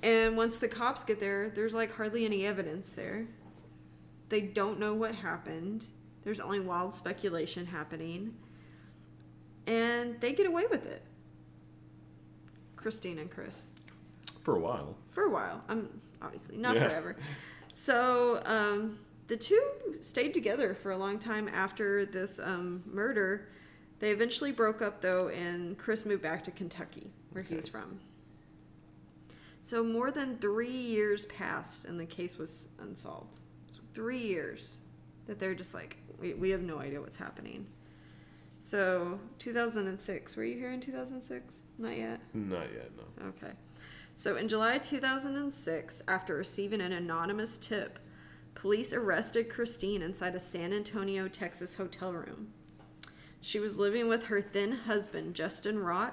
[SPEAKER 1] And once the cops get there, there's like hardly any evidence there. They don't know what happened. There's only wild speculation happening. And they get away with it. Christine and Chris.
[SPEAKER 2] For a while.
[SPEAKER 1] For a while. I'm obviously not
[SPEAKER 2] Yeah.
[SPEAKER 1] forever. So um, the two stayed together for a long time after this um, murder. They eventually broke up though, and Chris moved back to Kentucky, where he
[SPEAKER 2] Okay.
[SPEAKER 1] was from. So more than three years passed, and the case was unsolved. So three years that they're just like, we, we have no idea what's happening. So 2006, were you here in 2006? Not yet.
[SPEAKER 2] Not yet. No.
[SPEAKER 1] Okay. So in July 2006, after receiving an anonymous tip, police arrested Christine inside a San Antonio, Texas hotel room. She was living with her then husband, Justin Rott,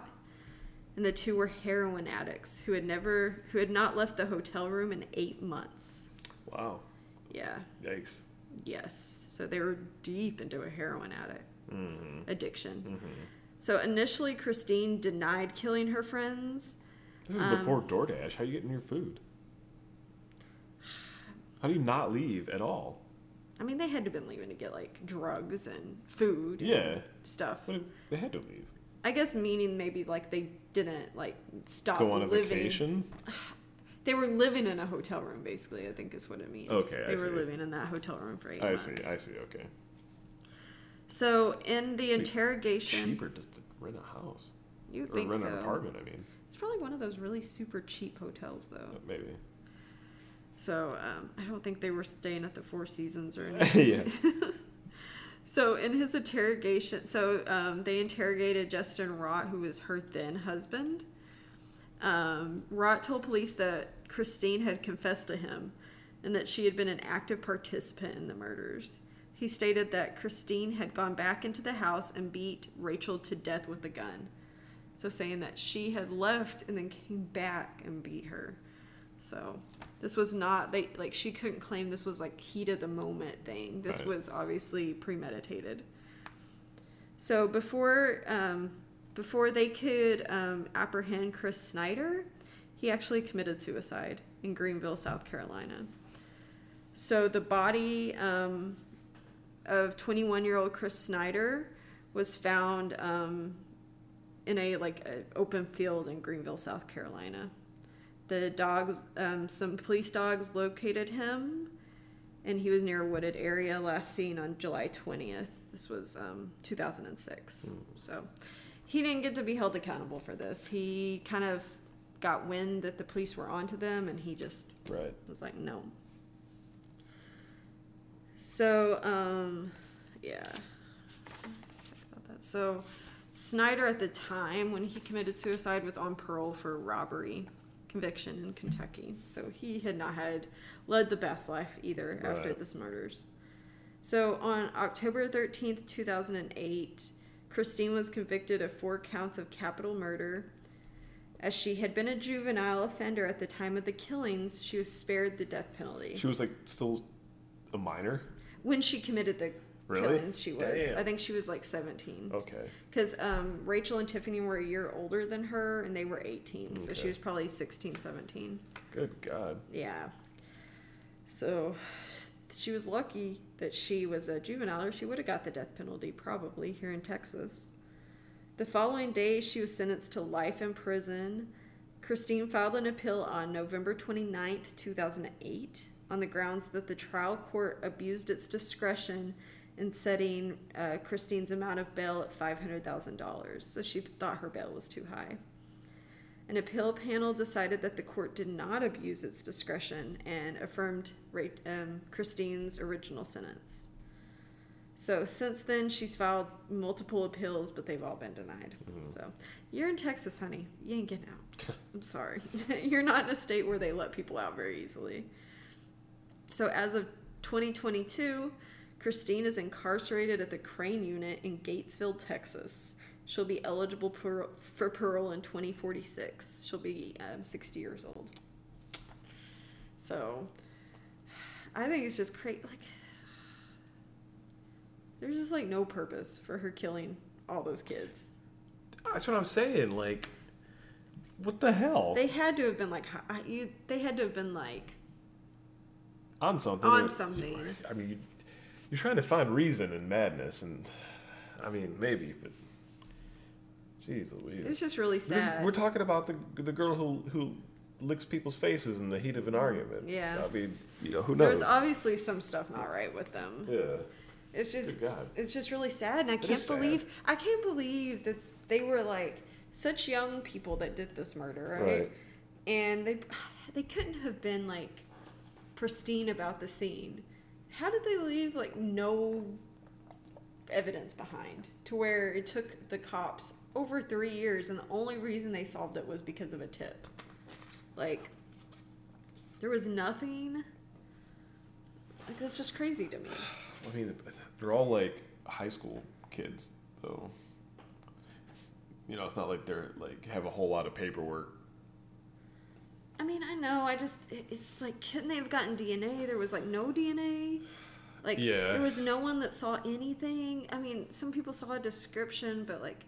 [SPEAKER 1] and the two were heroin addicts who had never who had not left the hotel room in 8 months.
[SPEAKER 2] Wow.
[SPEAKER 1] Yeah.
[SPEAKER 2] Yikes.
[SPEAKER 1] Yes. So they were deep into a heroin addict
[SPEAKER 2] Mm-hmm.
[SPEAKER 1] addiction. So initially Christine denied killing her friends
[SPEAKER 2] This is before DoorDash. How are you getting your food? How do you not leave at all?
[SPEAKER 1] I mean, they had to been leaving to get like drugs and food and
[SPEAKER 2] Yeah.
[SPEAKER 1] stuff.
[SPEAKER 2] But they had to leave.
[SPEAKER 1] I guess meaning maybe like they didn't like stop
[SPEAKER 2] Go on a
[SPEAKER 1] living.
[SPEAKER 2] vacation.
[SPEAKER 1] They were living in a hotel room, basically. I think is what it means.
[SPEAKER 2] Okay, I
[SPEAKER 1] they were
[SPEAKER 2] see.
[SPEAKER 1] living in that hotel room for eight
[SPEAKER 2] I
[SPEAKER 1] months.
[SPEAKER 2] see. I see. Okay.
[SPEAKER 1] So in the interrogation,
[SPEAKER 2] Cheaper just to rent a house
[SPEAKER 1] you
[SPEAKER 2] or
[SPEAKER 1] think
[SPEAKER 2] rent
[SPEAKER 1] so?
[SPEAKER 2] an apartment. I mean,
[SPEAKER 1] It's probably one of those really super cheap hotels, though.
[SPEAKER 2] maybe.
[SPEAKER 1] So um, I don't think they were staying at the Four Seasons or anything.
[SPEAKER 2] yeah.
[SPEAKER 1] So in his interrogation, so um, they interrogated Justin Rott, who was her then husband. Um, Rott told police that Christine had confessed to him, and that she had been an active participant in the murders. He stated that Christine had gone back into the house and beat Rachel to death with a gun. So saying that she had left and then came back and beat her. So this was not they like she couldn't claim this was like heat of the moment thing. This
[SPEAKER 2] Right.
[SPEAKER 1] was obviously premeditated. So before um, before they could um, apprehend Chris Snyder, he actually committed suicide in Greenville, South Carolina. So the body um, of 21 year old Chris Snyder was found um, in a like a open field in Greenville, South Carolina. The dogs, um, some police dogs, located him, and he was near a wooded area. Last seen on July 20th. This was um, 2006. So he didn't get to be held accountable for this. He kind of got wind that the police were onto them, and he just
[SPEAKER 2] Right.
[SPEAKER 1] was like, no. So, um, yeah. About that. So, Snyder at the time when he committed suicide was on parole for robbery conviction in Kentucky. So he had not had led the best life either after
[SPEAKER 2] Right.
[SPEAKER 1] this murders. So on October 13th, 2008, Christine was convicted of four counts of capital murder. As she had been a juvenile offender at the time of the killings, she was spared the death penalty.
[SPEAKER 2] She was like still a minor.
[SPEAKER 1] when she committed the
[SPEAKER 2] Really?
[SPEAKER 1] killings, she was.
[SPEAKER 2] Damn. Oh.
[SPEAKER 1] I think she was like 17.
[SPEAKER 2] Okay.
[SPEAKER 1] Because um, Rachel and Tiffany were a year older than her, and they were 18. So she
[SPEAKER 2] Okay.
[SPEAKER 1] was probably 16, 17.
[SPEAKER 2] Good God.
[SPEAKER 1] Yeah. So she was lucky that she was a juvenile, or she would have got the death penalty probably here in Texas. The following day, she was sentenced to life in prison. Christine filed an appeal on November 29th, 2008, on the grounds that the trial court abused its discretion in setting uh, Christine's amount of bail at $500,000. So she thought her bail was too high. An appeal panel decided that the court did not abuse its discretion and affirmed Ra- um, Christine's original sentence. So since then, she's filed multiple appeals, but they've all been denied. So you're in Texas, honey. You ain't getting out. I'm sorry. you're not in a state where they let people out very easily. So as of 2022, Christine is incarcerated at the Crane Unit in Gatesville, Texas. She'll be eligible par- for parole in 2046. She'll be um, 60 years old. So, I think it's just crazy. Like, there's just like no purpose for her killing all those kids.
[SPEAKER 2] That's what I'm saying. Like, what the hell?
[SPEAKER 1] They had to have been like, hi- I- you. They had to have been like,
[SPEAKER 2] on something.
[SPEAKER 1] On
[SPEAKER 2] that-
[SPEAKER 1] something.
[SPEAKER 2] I mean, you, you're trying to find reason in madness, and I mean, maybe, but jeez Louise.
[SPEAKER 1] it's just really
[SPEAKER 2] This is-
[SPEAKER 1] sad.
[SPEAKER 2] we're talking about the the girl who who licks people's faces in the heat of an argument.
[SPEAKER 1] Mm-hmm. Yeah.
[SPEAKER 2] So, I mean, you know, who
[SPEAKER 1] there
[SPEAKER 2] knows?
[SPEAKER 1] was obviously some stuff not right with them.
[SPEAKER 2] yeah.
[SPEAKER 1] It's just
[SPEAKER 2] Good God.
[SPEAKER 1] it's just really sad and I
[SPEAKER 2] It
[SPEAKER 1] can't
[SPEAKER 2] is sad.
[SPEAKER 1] believe I can't believe that they were like such young people that did this murder, right?
[SPEAKER 2] Right.
[SPEAKER 1] And they they couldn't have been like pristine about the scene. How did they leave like no evidence behind to where it took the cops over 3 years and the only reason they solved it was because of a tip? Like there was nothing like that's just crazy to me.
[SPEAKER 2] I mean, they're all like high school kids, though. You know, it's not like they're like have a whole lot of paperwork.
[SPEAKER 1] I mean, I know. I just it- it's like couldn't they have gotten DNA? There was like no DNA. Like
[SPEAKER 2] Yeah.
[SPEAKER 1] there was no one that saw anything. I mean, some people saw a description, but like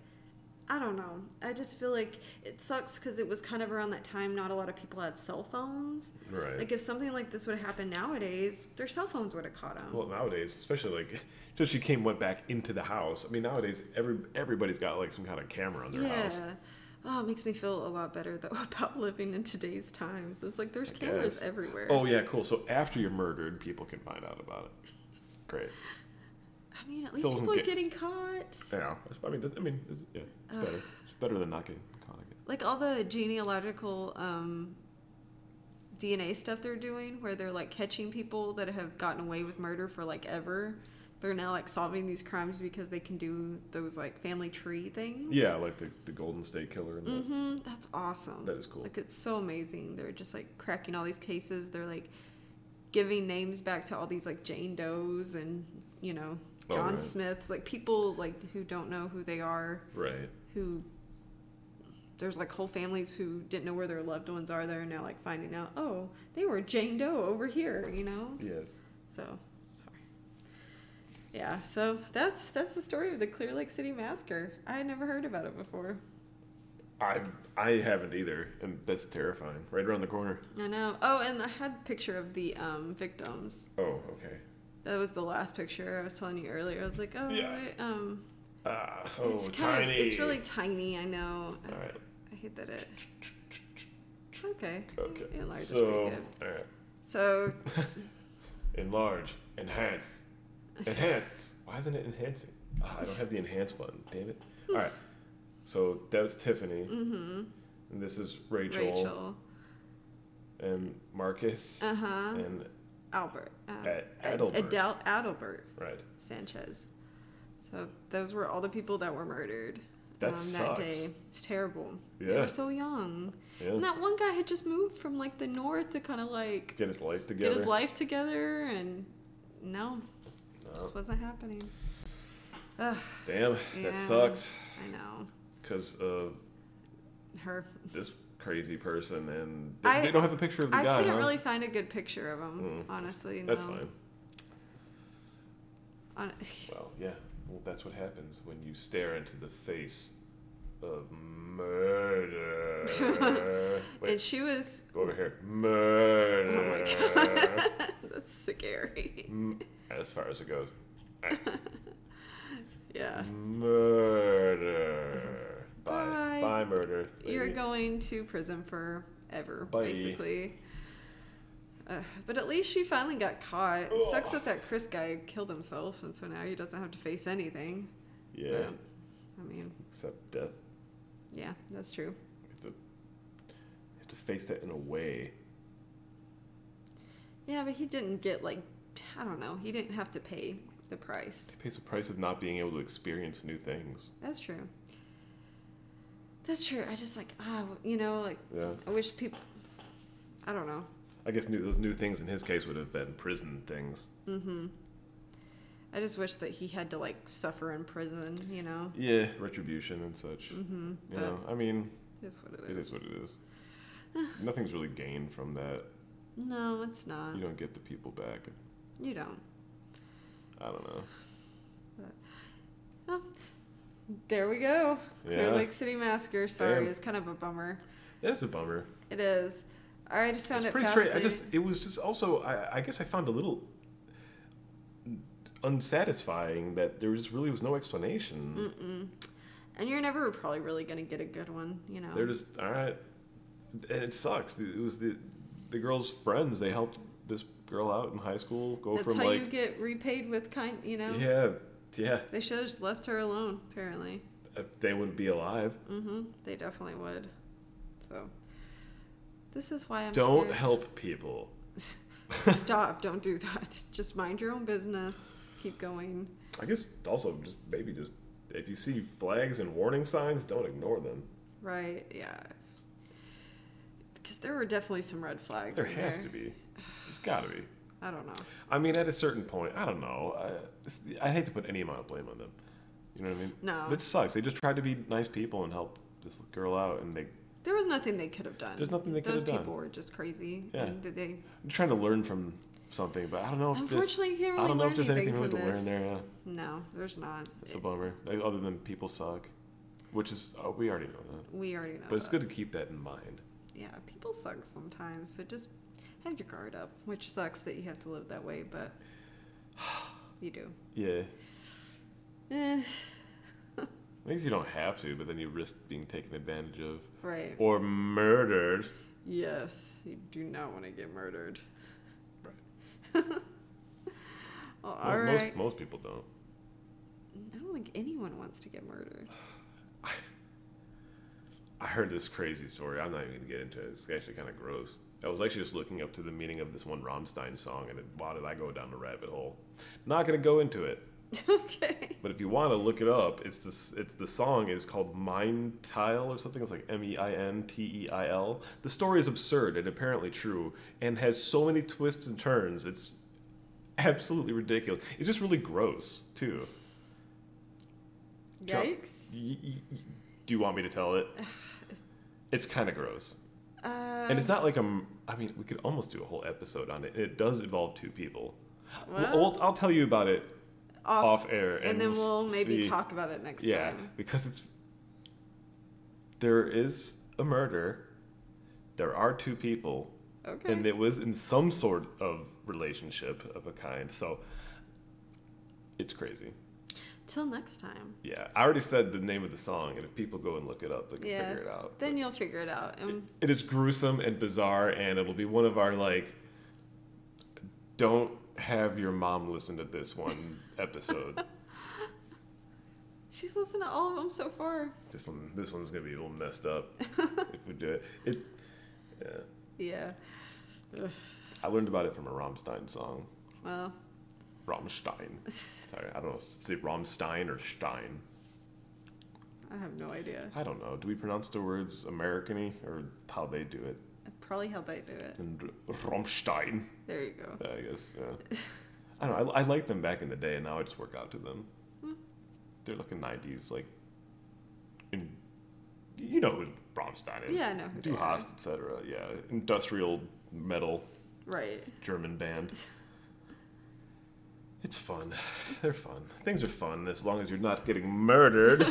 [SPEAKER 1] I don't know. I just feel like it sucks cuz it was kind of around that time not a lot of people had cell phones.
[SPEAKER 2] Right.
[SPEAKER 1] Like if something like this would have happened nowadays, their cell phones would have caught them.
[SPEAKER 2] Well, nowadays, especially like since she came went back into the house. I mean, nowadays every everybody's got like some kind of camera on their
[SPEAKER 1] yeah.
[SPEAKER 2] house.
[SPEAKER 1] Oh, it makes me feel a lot better though about living in today's times. It's like there's
[SPEAKER 2] I
[SPEAKER 1] cameras
[SPEAKER 2] guess.
[SPEAKER 1] everywhere.
[SPEAKER 2] Oh yeah, cool. So after you're murdered, people can find out about it. Great.
[SPEAKER 1] I mean, at least
[SPEAKER 2] Still doesn't
[SPEAKER 1] people are
[SPEAKER 2] get-
[SPEAKER 1] getting caught.
[SPEAKER 2] Yeah. I mean, that's- I mean, it's, yeah, it's
[SPEAKER 1] Ugh.
[SPEAKER 2] better. It's better than not getting caught. I guess.
[SPEAKER 1] like all the genealogical um, DNA stuff they're doing, where they're like catching people that have gotten away with murder for like ever. They're now like solving these crimes because they can do those like family tree things.
[SPEAKER 2] Yeah, like the, the Golden State Killer. And the,
[SPEAKER 1] hmm That's awesome.
[SPEAKER 2] That is cool.
[SPEAKER 1] Like it's so amazing. They're just like cracking all these cases. They're like giving names back to all these like Jane Does and you know
[SPEAKER 2] Oh,
[SPEAKER 1] John
[SPEAKER 2] right.
[SPEAKER 1] Smiths, like people like who don't know who they are
[SPEAKER 2] Right.
[SPEAKER 1] who there's like whole families who didn't know where their loved ones are they're now like finding out oh they were jane doe over here you know
[SPEAKER 2] Yes.
[SPEAKER 1] so sorry yeah so that's that's the story of the clear lake city massacre i had never heard about it before
[SPEAKER 2] I I haven't either, and that's terrifying. Right around the corner.
[SPEAKER 1] i know oh and i had a picture of the um victims
[SPEAKER 2] Oh, okay.
[SPEAKER 1] that was the last picture i was telling you earlier i was like oh
[SPEAKER 2] Yeah.
[SPEAKER 1] wait, um
[SPEAKER 2] Ah, oh,
[SPEAKER 1] it's kind
[SPEAKER 2] tiny.
[SPEAKER 1] of it's really tiny i know
[SPEAKER 2] All right.
[SPEAKER 1] i hate that it okay
[SPEAKER 2] Okay.
[SPEAKER 1] Enlarge is pretty
[SPEAKER 2] so,
[SPEAKER 1] good.
[SPEAKER 2] all right.
[SPEAKER 1] so
[SPEAKER 2] Enlarge. Enhance. Enhance. Why isn't it enhancing? Ah, I don't have the enhance button. Damn it. All right. So that was Tiffany,
[SPEAKER 1] Mm-hmm.
[SPEAKER 2] and this is Rachel,
[SPEAKER 1] Rachel.
[SPEAKER 2] and Marcus,
[SPEAKER 1] Uh huh.
[SPEAKER 2] and
[SPEAKER 1] Albert. Um,
[SPEAKER 2] Ad-
[SPEAKER 1] Ad-
[SPEAKER 2] Adelbert.
[SPEAKER 1] Adel- Adelbert
[SPEAKER 2] right.
[SPEAKER 1] Sanchez. So those were all the people that were murdered um,
[SPEAKER 2] That
[SPEAKER 1] that
[SPEAKER 2] sucks.
[SPEAKER 1] day. It's terrible. They
[SPEAKER 2] Yeah.
[SPEAKER 1] were so young.
[SPEAKER 2] Yeah,
[SPEAKER 1] And that one guy had just moved from like the north to kind of like
[SPEAKER 2] get his life together.
[SPEAKER 1] get his life together, and no,
[SPEAKER 2] No.
[SPEAKER 1] just wasn't happening. Ugh,
[SPEAKER 2] Damn,
[SPEAKER 1] Yeah.
[SPEAKER 2] that sucks
[SPEAKER 1] I know
[SPEAKER 2] because of
[SPEAKER 1] her.
[SPEAKER 2] this crazy person, and they,
[SPEAKER 1] I-
[SPEAKER 2] they don't have a picture of the
[SPEAKER 1] I
[SPEAKER 2] guy.
[SPEAKER 1] couldn't
[SPEAKER 2] huh?
[SPEAKER 1] really find a good picture of him,
[SPEAKER 2] Mm, that's-
[SPEAKER 1] honestly.
[SPEAKER 2] That's
[SPEAKER 1] no.
[SPEAKER 2] fine.
[SPEAKER 1] On-
[SPEAKER 2] Well, yeah. Well, that's what happens when you stare into the face of murder. Wait,
[SPEAKER 1] and she was.
[SPEAKER 2] go over here.
[SPEAKER 1] Oh
[SPEAKER 2] Murder.
[SPEAKER 1] That's scary.
[SPEAKER 2] M- as far as it goes.
[SPEAKER 1] Yeah.
[SPEAKER 2] Murder. Bye.
[SPEAKER 1] Uh-huh. Bye.
[SPEAKER 2] Bye, murder.
[SPEAKER 1] You're
[SPEAKER 2] lady.
[SPEAKER 1] going to prison forever,
[SPEAKER 2] Bye.
[SPEAKER 1] basically. Ugh, but at least she finally got caught. It sucks
[SPEAKER 2] Ugh.
[SPEAKER 1] that that Chris guy killed himself, and so now he doesn't have to face anything.
[SPEAKER 2] Yeah.
[SPEAKER 1] But, I mean,
[SPEAKER 2] Except death.
[SPEAKER 1] yeah, that's true.
[SPEAKER 2] You have, to, you have to face that in a way.
[SPEAKER 1] Yeah, but he didn't get like, I don't know, he didn't have to pay the price.
[SPEAKER 2] It pays the price of not being able to experience new things.
[SPEAKER 1] That's true. That's true. I just like ah, w- you know, like
[SPEAKER 2] Yeah.
[SPEAKER 1] I wish people. I don't know.
[SPEAKER 2] I guess new, those new things in his case would have been prison things.
[SPEAKER 1] Mm-hmm. I just wish that he had to like suffer in prison. You know.
[SPEAKER 2] Yeah, retribution and such.
[SPEAKER 1] Mm-hmm.
[SPEAKER 2] You know, I mean,
[SPEAKER 1] But it's what
[SPEAKER 2] it is what it is. Nothing's really gained from that.
[SPEAKER 1] No, it's not.
[SPEAKER 2] You don't get the people back.
[SPEAKER 1] You don't.
[SPEAKER 2] I don't know.
[SPEAKER 1] There we go. Clear
[SPEAKER 2] Yeah.
[SPEAKER 1] Lake City Massacre. Sorry,
[SPEAKER 2] Damn.
[SPEAKER 1] it's kind of a bummer.
[SPEAKER 2] That's a bummer.
[SPEAKER 1] It is. All right, I just found
[SPEAKER 2] It's
[SPEAKER 1] it
[SPEAKER 2] pretty
[SPEAKER 1] fascinating.
[SPEAKER 2] straight. I just it was just also I, I guess I found a little unsatisfying that there just really was no explanation.
[SPEAKER 1] Mm-mm. And you're never probably really gonna get a good one, you know.
[SPEAKER 2] They're just all right, and it sucks. It was the the girl's friends. They helped this girl out in high school go
[SPEAKER 1] That's
[SPEAKER 2] from
[SPEAKER 1] how
[SPEAKER 2] like
[SPEAKER 1] you get repaid with kind, you know.
[SPEAKER 2] yeah yeah
[SPEAKER 1] They should have just left her alone. Apparently,
[SPEAKER 2] uh, they wouldn't be alive.
[SPEAKER 1] mm-hmm. They definitely would. So, this is why I'm
[SPEAKER 2] Don't
[SPEAKER 1] scared.
[SPEAKER 2] help people.
[SPEAKER 1] stop. Don't do that. Just mind your own business. Keep going.
[SPEAKER 2] I guess also just maybe just if you see flags and warning signs, don't ignore them.
[SPEAKER 1] Right? Yeah. Because there were definitely some red flags.
[SPEAKER 2] There
[SPEAKER 1] in
[SPEAKER 2] has to be. There's got to be.
[SPEAKER 1] I don't know.
[SPEAKER 2] I mean, at a certain point, I don't know. I, it's- I hate to put any amount of blame on them. You know what I mean?
[SPEAKER 1] No,
[SPEAKER 2] It sucks. They just tried to be nice people and help this girl out, and they,
[SPEAKER 1] there was nothing they could have done.
[SPEAKER 2] There's nothing they could
[SPEAKER 1] Those
[SPEAKER 2] have done.
[SPEAKER 1] people were just crazy.
[SPEAKER 2] Yeah.
[SPEAKER 1] and that they
[SPEAKER 2] they're trying to learn from something. But I don't know if there's,
[SPEAKER 1] unfortunately you can't really
[SPEAKER 2] I don't know
[SPEAKER 1] learn
[SPEAKER 2] if there's
[SPEAKER 1] anything
[SPEAKER 2] anything
[SPEAKER 1] from
[SPEAKER 2] really to
[SPEAKER 1] this.
[SPEAKER 2] learn there. Yeah,
[SPEAKER 1] No, there's not.
[SPEAKER 2] it's a bummer. Like, Other than people suck, which is oh, we already know that.
[SPEAKER 1] we already know.
[SPEAKER 2] But it's
[SPEAKER 1] that.
[SPEAKER 2] good to keep that in mind.
[SPEAKER 1] Yeah, people suck sometimes. So just have your guard up, which sucks that you have to live that way, but you do.
[SPEAKER 2] Yeah.
[SPEAKER 1] Eh,
[SPEAKER 2] I guess you don't have to, but then you risk being taken advantage of
[SPEAKER 1] right.
[SPEAKER 2] or murdered.
[SPEAKER 1] Yes, you do not want to get murdered.
[SPEAKER 2] Right.
[SPEAKER 1] well,
[SPEAKER 2] Well,
[SPEAKER 1] all
[SPEAKER 2] most
[SPEAKER 1] right.
[SPEAKER 2] most people don't.
[SPEAKER 1] I don't think anyone wants to get murdered.
[SPEAKER 2] I heard this crazy story. I'm not even gonna get into it. It's actually kind of gross. I was actually just looking up to the meaning of this one Rammstein song, and it, why did I go down the rabbit hole? Not gonna go into it.
[SPEAKER 1] okay.
[SPEAKER 2] But if you want to look it up, it's this. It's the song is called Mine Tile or something. It's like M E I N T E I L. The story is absurd and apparently true, and has so many twists and turns. It's absolutely ridiculous. It's just really gross too. Yeah.
[SPEAKER 1] Yikes.
[SPEAKER 2] Y- y- y- do you want me to tell it? It's kind of gross.
[SPEAKER 1] Uh,
[SPEAKER 2] And it's not like I'm. I mean, we could almost do a whole episode on it. It does involve two people.
[SPEAKER 1] well,
[SPEAKER 2] Well, I'll tell you about it
[SPEAKER 1] off,
[SPEAKER 2] off, air,
[SPEAKER 1] and, then we'll maybe
[SPEAKER 2] see.
[SPEAKER 1] talk about it next
[SPEAKER 2] Yeah,
[SPEAKER 1] time.
[SPEAKER 2] because it's there is a murder. There are two people,
[SPEAKER 1] Okay.
[SPEAKER 2] and it was in some sort of relationship of a kind. So it's crazy.
[SPEAKER 1] Till next time.
[SPEAKER 2] Yeah, I already said the name of the song, and if people go and look it up, they can
[SPEAKER 1] Yeah,
[SPEAKER 2] figure it out.
[SPEAKER 1] Then you'll figure it out. And
[SPEAKER 2] it is gruesome and bizarre and it'll be one of our like don't have your mom listen to this one episode
[SPEAKER 1] She's listened to all of them so far.
[SPEAKER 2] This one, this one's gonna be a little messed up if we do it. It, yeah.
[SPEAKER 1] Yeah. Ugh.
[SPEAKER 2] I learned about it from a Rammstein song.
[SPEAKER 1] Well,
[SPEAKER 2] Rammstein. Sorry, I don't know. Say Rammstein or Stein.
[SPEAKER 1] I have no idea.
[SPEAKER 2] I don't know. Do we pronounce the words American-y or how they do it?
[SPEAKER 1] Probably how they do it.
[SPEAKER 2] And Rammstein,
[SPEAKER 1] There you go.
[SPEAKER 2] I guess. Yeah. I don't know. I, I liked them back in the day, and now I just work out to them.
[SPEAKER 1] Hmm.
[SPEAKER 2] They're like a '90s, like, and you know who Rammstein is.
[SPEAKER 1] Yeah, I know who they
[SPEAKER 2] Du
[SPEAKER 1] are.
[SPEAKER 2] Hast, etc. Yeah, industrial metal
[SPEAKER 1] Right.
[SPEAKER 2] German band. It's fun. They're fun. Things are fun as long as you're not getting murdered.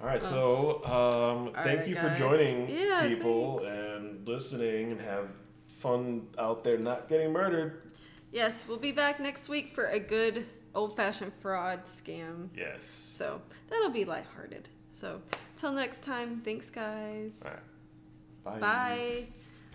[SPEAKER 2] All right, so um,
[SPEAKER 1] All
[SPEAKER 2] thank
[SPEAKER 1] right,
[SPEAKER 2] you
[SPEAKER 1] guys.
[SPEAKER 2] for joining
[SPEAKER 1] Yeah,
[SPEAKER 2] people
[SPEAKER 1] thanks.
[SPEAKER 2] and listening and have fun out there not getting murdered.
[SPEAKER 1] Yes, we'll be back next week for a good old fashioned fraud scam.
[SPEAKER 2] Yes.
[SPEAKER 1] So that'll be lighthearted. So till next time, thanks guys.
[SPEAKER 2] All right.
[SPEAKER 1] Bye.